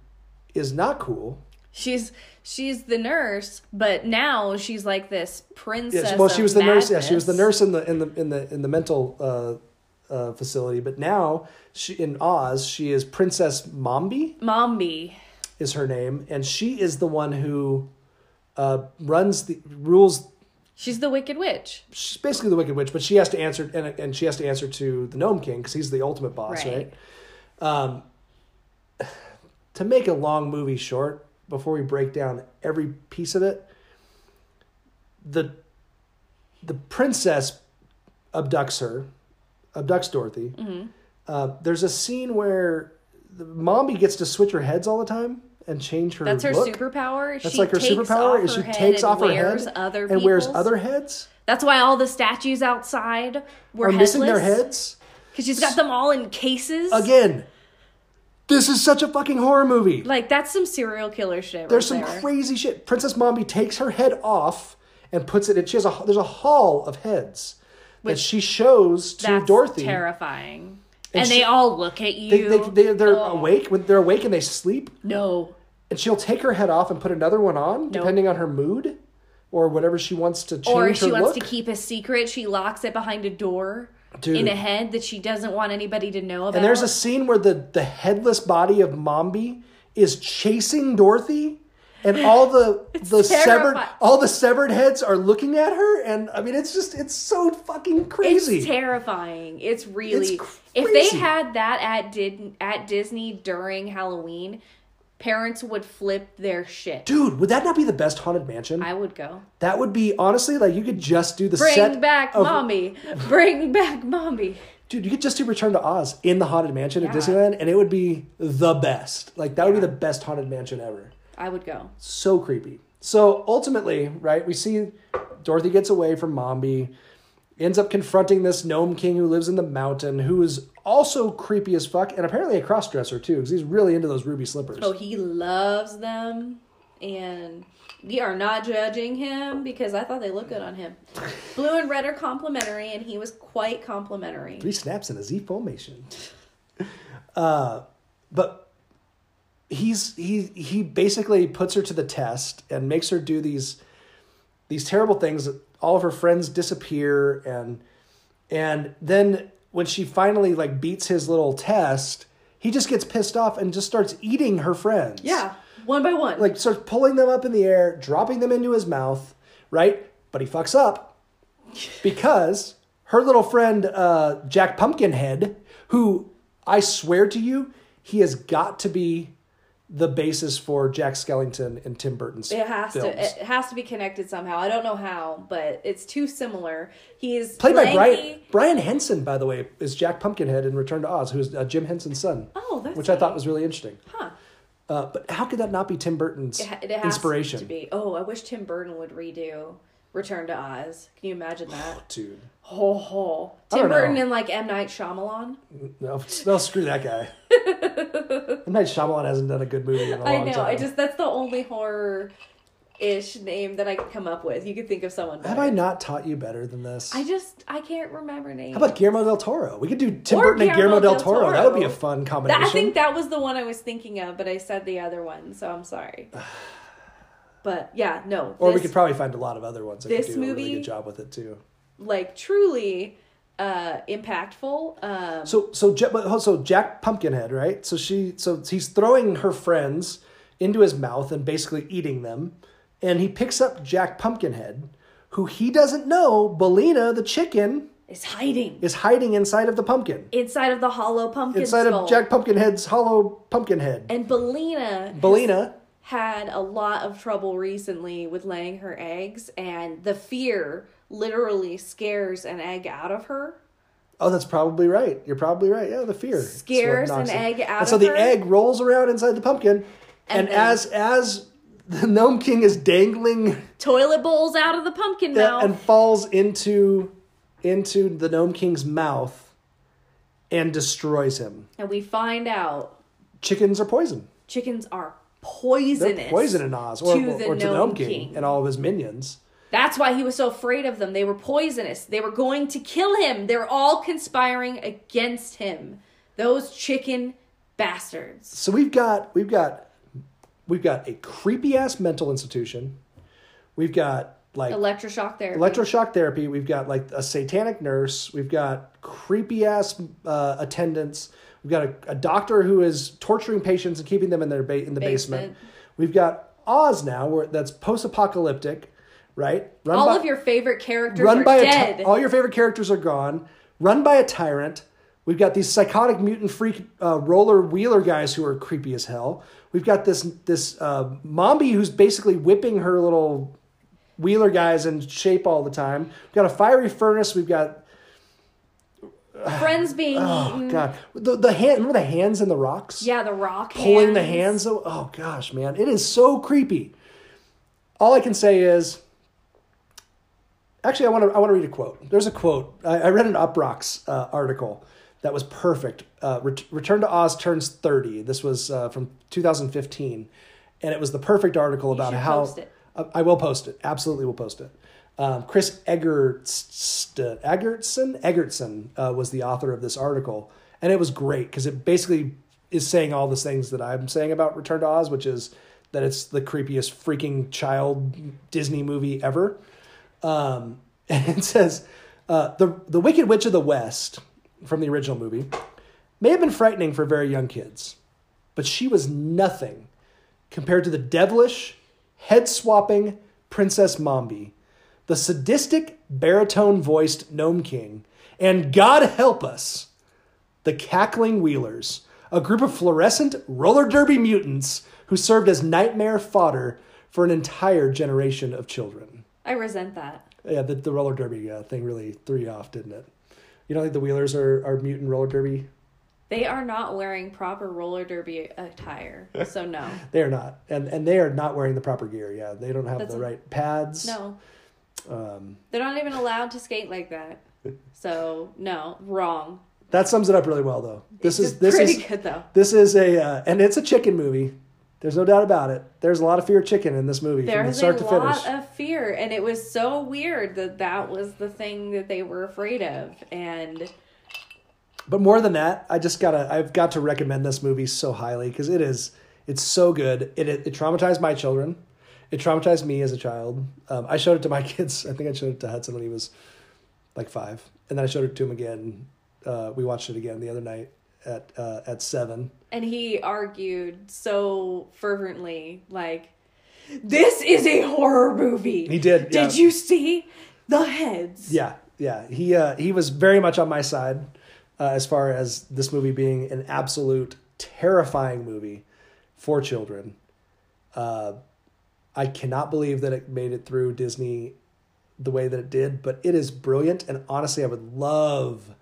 Speaker 3: is not cool.
Speaker 5: She's she's the nurse, but now she's like this princess.
Speaker 3: Yes, well, she
Speaker 5: of
Speaker 3: was the nurse. Yeah, she was the
Speaker 5: madness.
Speaker 3: nurse in the in the in the in the mental uh, uh, facility. But now she in Oz, she is Princess Mombi
Speaker 5: Mombi.
Speaker 3: is her name, and she is the one who uh, runs the rules
Speaker 5: She's the Wicked Witch.
Speaker 3: she's basically the Wicked Witch, but she has to answer and and she has to answer to the Gnome King because he's the ultimate boss, right?
Speaker 5: Right.
Speaker 3: Um, to make a long movie short, before we break down every piece of it, the the princess abducts her, abducts Dorothy.
Speaker 5: Mm-hmm.
Speaker 3: Uh, there's a scene where the Mombi gets to switch her heads all the time and change her.
Speaker 5: That's her
Speaker 3: look.
Speaker 5: superpower.
Speaker 3: That's
Speaker 5: she
Speaker 3: like her
Speaker 5: takes
Speaker 3: superpower.
Speaker 5: Off
Speaker 3: is
Speaker 5: her
Speaker 3: she
Speaker 5: head
Speaker 3: takes
Speaker 5: and
Speaker 3: off her head
Speaker 5: wears other
Speaker 3: and wears
Speaker 5: people's.
Speaker 3: other heads.
Speaker 5: That's why all the statues outside were
Speaker 3: Are
Speaker 5: headless.
Speaker 3: missing their heads.
Speaker 5: because she's got them all in cases.
Speaker 3: again this is such a fucking horror movie
Speaker 5: like that's some serial killer shit.
Speaker 3: there's some
Speaker 5: right there.
Speaker 3: crazy shit princess mombi takes her head off and puts it in she has a there's a hall of heads that she shows to
Speaker 5: that's
Speaker 3: dorothy
Speaker 5: terrifying.
Speaker 3: And
Speaker 5: And,
Speaker 3: she-
Speaker 5: they all look at
Speaker 3: they,
Speaker 5: you.
Speaker 3: they, they, they're
Speaker 5: Ugh.
Speaker 3: awake when they're awake and they sleep
Speaker 5: No,
Speaker 3: and she'll take her head off and put another one on depending on her mood or whatever she wants to change
Speaker 5: or if she
Speaker 3: her
Speaker 5: wants
Speaker 3: look.
Speaker 5: to keep a secret, she locks it behind a door
Speaker 3: Dude.
Speaker 5: in a head that she doesn't want anybody to know about.
Speaker 3: and there's a scene where the the headless body of mombi is chasing dorothy and all the the severed
Speaker 5: terrifying.
Speaker 3: all the severed heads are looking at her and i mean it's just it's so fucking crazy
Speaker 5: It's terrifying. It's really.
Speaker 3: It's
Speaker 5: if
Speaker 3: crazy.
Speaker 5: they had that at did at Disney during Halloween, parents would flip their shit.
Speaker 3: dude would that not be the best haunted mansion
Speaker 5: I would go.
Speaker 3: that would be honestly like you could just do the
Speaker 5: Bring
Speaker 3: set
Speaker 5: back
Speaker 3: of-
Speaker 5: mommy. Bring back mommy.
Speaker 3: dude you could just do return to oz in the haunted mansion at
Speaker 5: Yeah.
Speaker 3: disneyland and it would be the best like that would be the best haunted mansion ever
Speaker 5: I would go.
Speaker 3: so creepy. So ultimately, right, we see Dorothy gets away from Mombi, ends up confronting this gnome king who lives in the mountain, who is also creepy as fuck, and apparently a crossdresser too, because he's really into those ruby slippers.
Speaker 5: Oh, he loves them, and we are not judging him because I thought they looked good on him. Blue and red are complimentary, and he was quite complimentary.
Speaker 3: Three snaps in a Z formation. Uh, but he's he he basically puts her to the test and makes her do these these terrible things. All of her friends disappear and and then when she finally like beats his little test, he just gets pissed off and just starts eating her friends.
Speaker 5: Yeah, one by one.
Speaker 3: Like starts pulling them up in the air, dropping them into his mouth, right? But he fucks up because her little friend uh, Jack Pumpkinhead, who I swear to you, he has got to be the basis for Jack Skellington and Tim Burton's
Speaker 5: It has
Speaker 3: films.
Speaker 5: to. It has to be connected somehow. I don't know how, but it's too similar. He is
Speaker 3: Played by Brian
Speaker 5: lanky.
Speaker 3: Brian Henson, by the way, is Jack Pumpkinhead in Return to Oz, who is uh, Jim Henson's son.
Speaker 5: Oh, that's
Speaker 3: which I thought was really interesting.
Speaker 5: Huh.
Speaker 3: Uh, but how could that not be Tim Burton's
Speaker 5: It, ha- it has
Speaker 3: inspiration,
Speaker 5: to be. Oh, I wish Tim Burton would redo Return to Oz. Can you imagine that?
Speaker 3: dude?
Speaker 5: ho ho.
Speaker 3: I don't
Speaker 5: Tim Burton
Speaker 3: know.
Speaker 5: and like M Night Shyamalan.
Speaker 3: No, no, screw that guy. M. Night Shyamalan hasn't done a good movie in a long
Speaker 5: I know.
Speaker 3: time.
Speaker 5: I just that's the only horror ish name that I could come up with. You could think of someone.
Speaker 3: Have
Speaker 5: better.
Speaker 3: I not taught you better than this?
Speaker 5: I just I can't remember names.
Speaker 3: How about Guillermo del Toro? We could do Tim
Speaker 5: Or
Speaker 3: Burton and Guillermo del Toro. That would be a
Speaker 5: Toro.
Speaker 3: fun
Speaker 5: That-
Speaker 3: combination.
Speaker 5: I think that was the one I was thinking of, but I said the other one, so I'm sorry. But yeah, no.
Speaker 3: or we
Speaker 5: this-
Speaker 3: could probably find a lot of other ones that
Speaker 5: this
Speaker 3: could do a really
Speaker 5: movie-
Speaker 3: good job with it too.
Speaker 5: like truly uh impactful. Um
Speaker 3: So so Ja- but also Jack Pumpkinhead, right? So she so he's throwing her friends into his mouth and basically eating them, and he picks up Jack Pumpkinhead, who he doesn't know Belina the chicken
Speaker 5: is hiding
Speaker 3: is hiding inside of the pumpkin,
Speaker 5: inside of the hollow pumpkin
Speaker 3: inside
Speaker 5: skull.
Speaker 3: of Jack Pumpkinhead's hollow pumpkin head.
Speaker 5: and Belina
Speaker 3: Belina,
Speaker 5: had a lot of trouble recently with laying her eggs and the fear literally scares an egg out of her.
Speaker 3: oh, that's probably right. You're probably right. Yeah, the fear It's what
Speaker 5: Scares an
Speaker 3: knocks it.
Speaker 5: egg out
Speaker 3: And so
Speaker 5: of
Speaker 3: the
Speaker 5: her.
Speaker 3: egg rolls around inside the pumpkin, and,
Speaker 5: And then-
Speaker 3: as as the gnome king is dangling
Speaker 5: Toilet bowls out of the pumpkin
Speaker 3: Yeah,
Speaker 5: mouth.
Speaker 3: and falls into into the gnome king's mouth and destroys him.
Speaker 5: and we find out
Speaker 3: Chickens are poison.
Speaker 5: chickens are
Speaker 3: They're
Speaker 5: poisonous.
Speaker 3: poison in Oz, or,
Speaker 5: to
Speaker 3: or,
Speaker 5: the
Speaker 3: or to the
Speaker 5: Gnome
Speaker 3: gnome king,
Speaker 5: King.
Speaker 3: and all of his minions.
Speaker 5: That's why he was so afraid of them. They were poisonous. They were going to kill him. They're all conspiring against him. Those chicken bastards.
Speaker 3: So we've got we've got we've got a creepy ass mental institution. We've got like
Speaker 5: Electroshock therapy.
Speaker 3: electroshock therapy. We've got like a satanic nurse. We've got creepy ass uh, attendants. We've got a, a doctor who is torturing patients and keeping them in their ba- in the basement.
Speaker 5: Basement.
Speaker 3: We've got Oz now, where that's post apocalyptic, right? Run
Speaker 5: all
Speaker 3: by-
Speaker 5: of your favorite characters
Speaker 3: run
Speaker 5: are
Speaker 3: by
Speaker 5: dead.
Speaker 3: A ty- all your favorite characters are gone. Run by a tyrant. We've got these psychotic mutant freak uh, roller wheeler guys who are creepy as hell. We've got this this uh, mombi who's basically whipping her little wheeler guys in shape all the time. We've got a fiery furnace. We've got
Speaker 5: Friends being
Speaker 3: oh
Speaker 5: eaten.
Speaker 3: god the the hand remember the hands in the rocks
Speaker 5: Mm. Yeah, the rock
Speaker 3: pulling the
Speaker 5: hands.
Speaker 3: hands aw- oh gosh man it is so creepy. All I can say is actually I want to I want to read a quote. There's a quote I, I read an Uproxx uh, article that was perfect. Uh, Ret- Return to Oz turns 30. This was uh, from 2015, and it was the perfect article about
Speaker 5: should
Speaker 3: how
Speaker 5: post it.
Speaker 3: I, I will post it. Absolutely, will post it. Um, Chris Eggertst, Eggertson Eggertson uh, was the author of this article, and it was great because it basically is saying all the things that I'm saying about Return to Oz, which is that it's the creepiest freaking child Disney movie ever and it says uh, the the Wicked Witch of the West from the original movie may have been frightening for very young kids, but she was nothing compared to the devilish, head swapping Princess Mombi, the sadistic baritone voiced Gnome King, and God help us, the cackling Wheelers, a group of fluorescent roller derby mutants who served as nightmare fodder for an entire generation of children.
Speaker 5: I resent that.
Speaker 3: Yeah, the, the roller derby uh, thing really threw you off, didn't it? You don't think the Wheelers are, are mutant roller derby?
Speaker 5: They are not wearing proper roller derby attire. So no.
Speaker 3: They are not, and and they are not wearing the proper gear. Yeah, they don't have
Speaker 5: That's
Speaker 3: the
Speaker 5: a-
Speaker 3: right pads.
Speaker 5: No.
Speaker 3: Um,
Speaker 5: They're not even allowed to skate like that. So no, wrong.
Speaker 3: that sums it up really well, though. This
Speaker 5: It's
Speaker 3: is this
Speaker 5: pretty
Speaker 3: is
Speaker 5: good though.
Speaker 3: this is a uh, and it's a chicken movie. There's no doubt about it. There's a lot of fear of chicken in this movie
Speaker 5: There
Speaker 3: from
Speaker 5: was a
Speaker 3: start to
Speaker 5: lot
Speaker 3: finish.
Speaker 5: of fear, and it was so weird that that was the thing that they were afraid of. And
Speaker 3: But more than that, I just gotta I've got to recommend this movie so highly because it is it's so good. It, it it traumatized my children. It traumatized me as a child. Um, I showed it to my kids. I think I showed it to Hudson when he was like five, and then I showed it to him again. Uh, we watched it again the other night at uh, at seven.
Speaker 5: and he argued so fervently, like, "This is a horror movie."
Speaker 3: He did,
Speaker 5: Did
Speaker 3: yeah.
Speaker 5: you see the heads?
Speaker 3: Yeah, yeah. He uh, he was very much on my side uh, as far as this movie being an absolute terrifying movie for children. Uh, I cannot believe that it made it through Disney the way that it did, but it is brilliant. And honestly, I would love,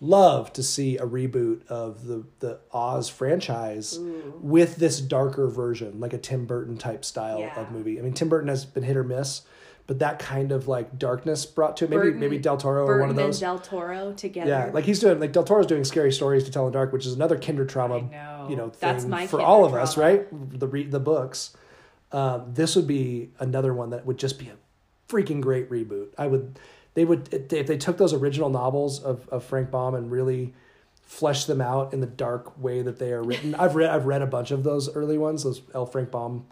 Speaker 3: love to see a reboot of the the Oz franchise with this darker version, like a Tim Burton type style
Speaker 5: Yeah.
Speaker 3: of movie. I mean, Tim Burton has been hit or miss, but that kind of like darkness brought to it. Maybe
Speaker 5: Burton-
Speaker 3: maybe Del Toro or
Speaker 5: Burton
Speaker 3: one of those.
Speaker 5: and Del Toro together.
Speaker 3: yeah, like he's doing like Del Toro's doing scary stories to tell in the dark, which is another kindred trauma,
Speaker 5: know.
Speaker 3: you know, thing
Speaker 5: That's my
Speaker 3: for
Speaker 5: kindred
Speaker 3: all of us,
Speaker 5: trauma.
Speaker 3: right? The re- the books. Um, this would be another one that would just be a freaking great reboot. I would, they would if they took those original novels of of Frank Baum and really flesh them out in the dark way that they are written. I've read I've read a bunch of those early ones, those L. Frank Baum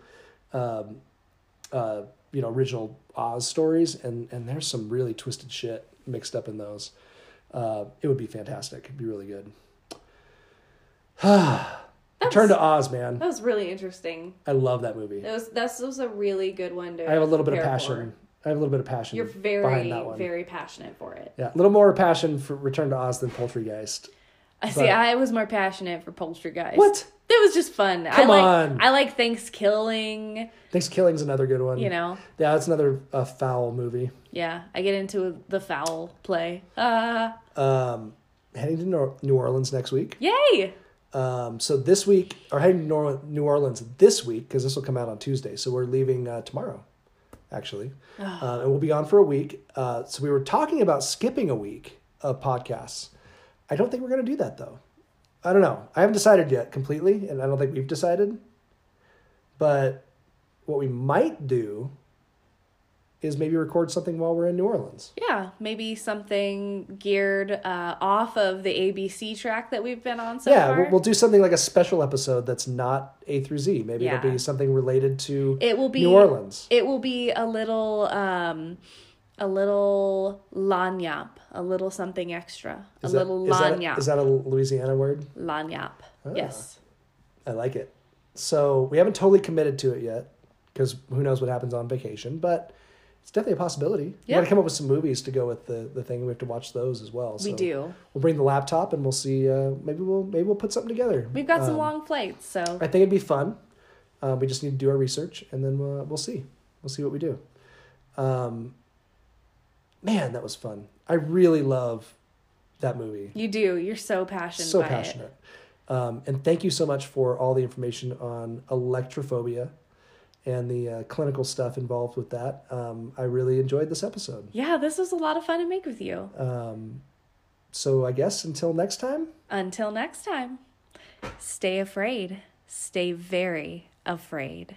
Speaker 3: um, uh, you know original Oz stories, and and there's some really twisted shit mixed up in those. Uh, it would be fantastic. It'd be really good. Turn to Oz, man.
Speaker 5: That was really interesting.
Speaker 3: I love that movie.
Speaker 5: That was that was a really good one to.
Speaker 3: I have a little bit of
Speaker 5: prepare for.
Speaker 3: passion. I have a little bit of passion.
Speaker 5: You're very
Speaker 3: behind that one.
Speaker 5: very passionate for it.
Speaker 3: yeah, a little more passion for Return to Oz than Poultrygeist.
Speaker 5: I see.
Speaker 3: But-
Speaker 5: I was more passionate for poultry guys.
Speaker 3: What?
Speaker 5: It was just fun. I
Speaker 3: Come
Speaker 5: like
Speaker 3: on.
Speaker 5: I like Thanksgiving.
Speaker 3: Thanks Killing's another good one.
Speaker 5: You know.
Speaker 3: Yeah, that's another uh, foul movie.
Speaker 5: Yeah, I get into the foul play. Uh,
Speaker 3: Um, heading to Nor- New Orleans next week.
Speaker 5: yay!
Speaker 3: Um, so this week, or heading to Nor- New Orleans this week because this will come out on Tuesday. So we're leaving uh, tomorrow, actually, uh, and we'll be on for a week. Uh, so we were talking about skipping a week of podcasts. I don't think we're going to do that though. I don't know. I haven't decided yet completely, and I don't think we've decided. But what we might do is maybe record something while we're in New Orleans.
Speaker 5: Yeah, maybe something geared uh, off of the ABC track that we've been on so
Speaker 3: yeah,
Speaker 5: far.
Speaker 3: we'll, we'll do something like a special episode that's not A through Z. Maybe it'll
Speaker 5: Yeah.
Speaker 3: be something related to
Speaker 5: it will be
Speaker 3: New Orleans.
Speaker 5: It will be a little um, a little lanyap, a little something extra,
Speaker 3: Is
Speaker 5: a
Speaker 3: that-
Speaker 5: little
Speaker 3: is that-
Speaker 5: lanyap,
Speaker 3: Is that Ah, a Louisiana word?
Speaker 5: lanyap. Yes.
Speaker 3: I like it. So we haven't totally committed to it yet because who knows what happens on vacation, but it's definitely a possibility. We
Speaker 5: Yeah.
Speaker 3: got to come up with some movies to go with the, the thing. We have to watch those as well.
Speaker 5: We
Speaker 3: So
Speaker 5: do.
Speaker 3: We'll bring the laptop and we'll see. Uh, maybe we'll maybe we'll put something together.
Speaker 5: We've got some
Speaker 3: Um,
Speaker 5: long flights, so
Speaker 3: I think it'd be fun. Uh, we just need to do our research and then we'll, we'll see. We'll see what we do. Um, man, that was fun. I really love that movie.
Speaker 5: you do. You're so passionate.
Speaker 3: so
Speaker 5: by it.
Speaker 3: passionate. Um, and thank you so much for all the information on electrophobia and the uh, clinical stuff involved with that. Um, I really enjoyed this episode.
Speaker 5: Yeah, this was a lot of fun to make with you.
Speaker 3: Um, so I guess until next time,
Speaker 5: Until next time, stay afraid. Stay very afraid.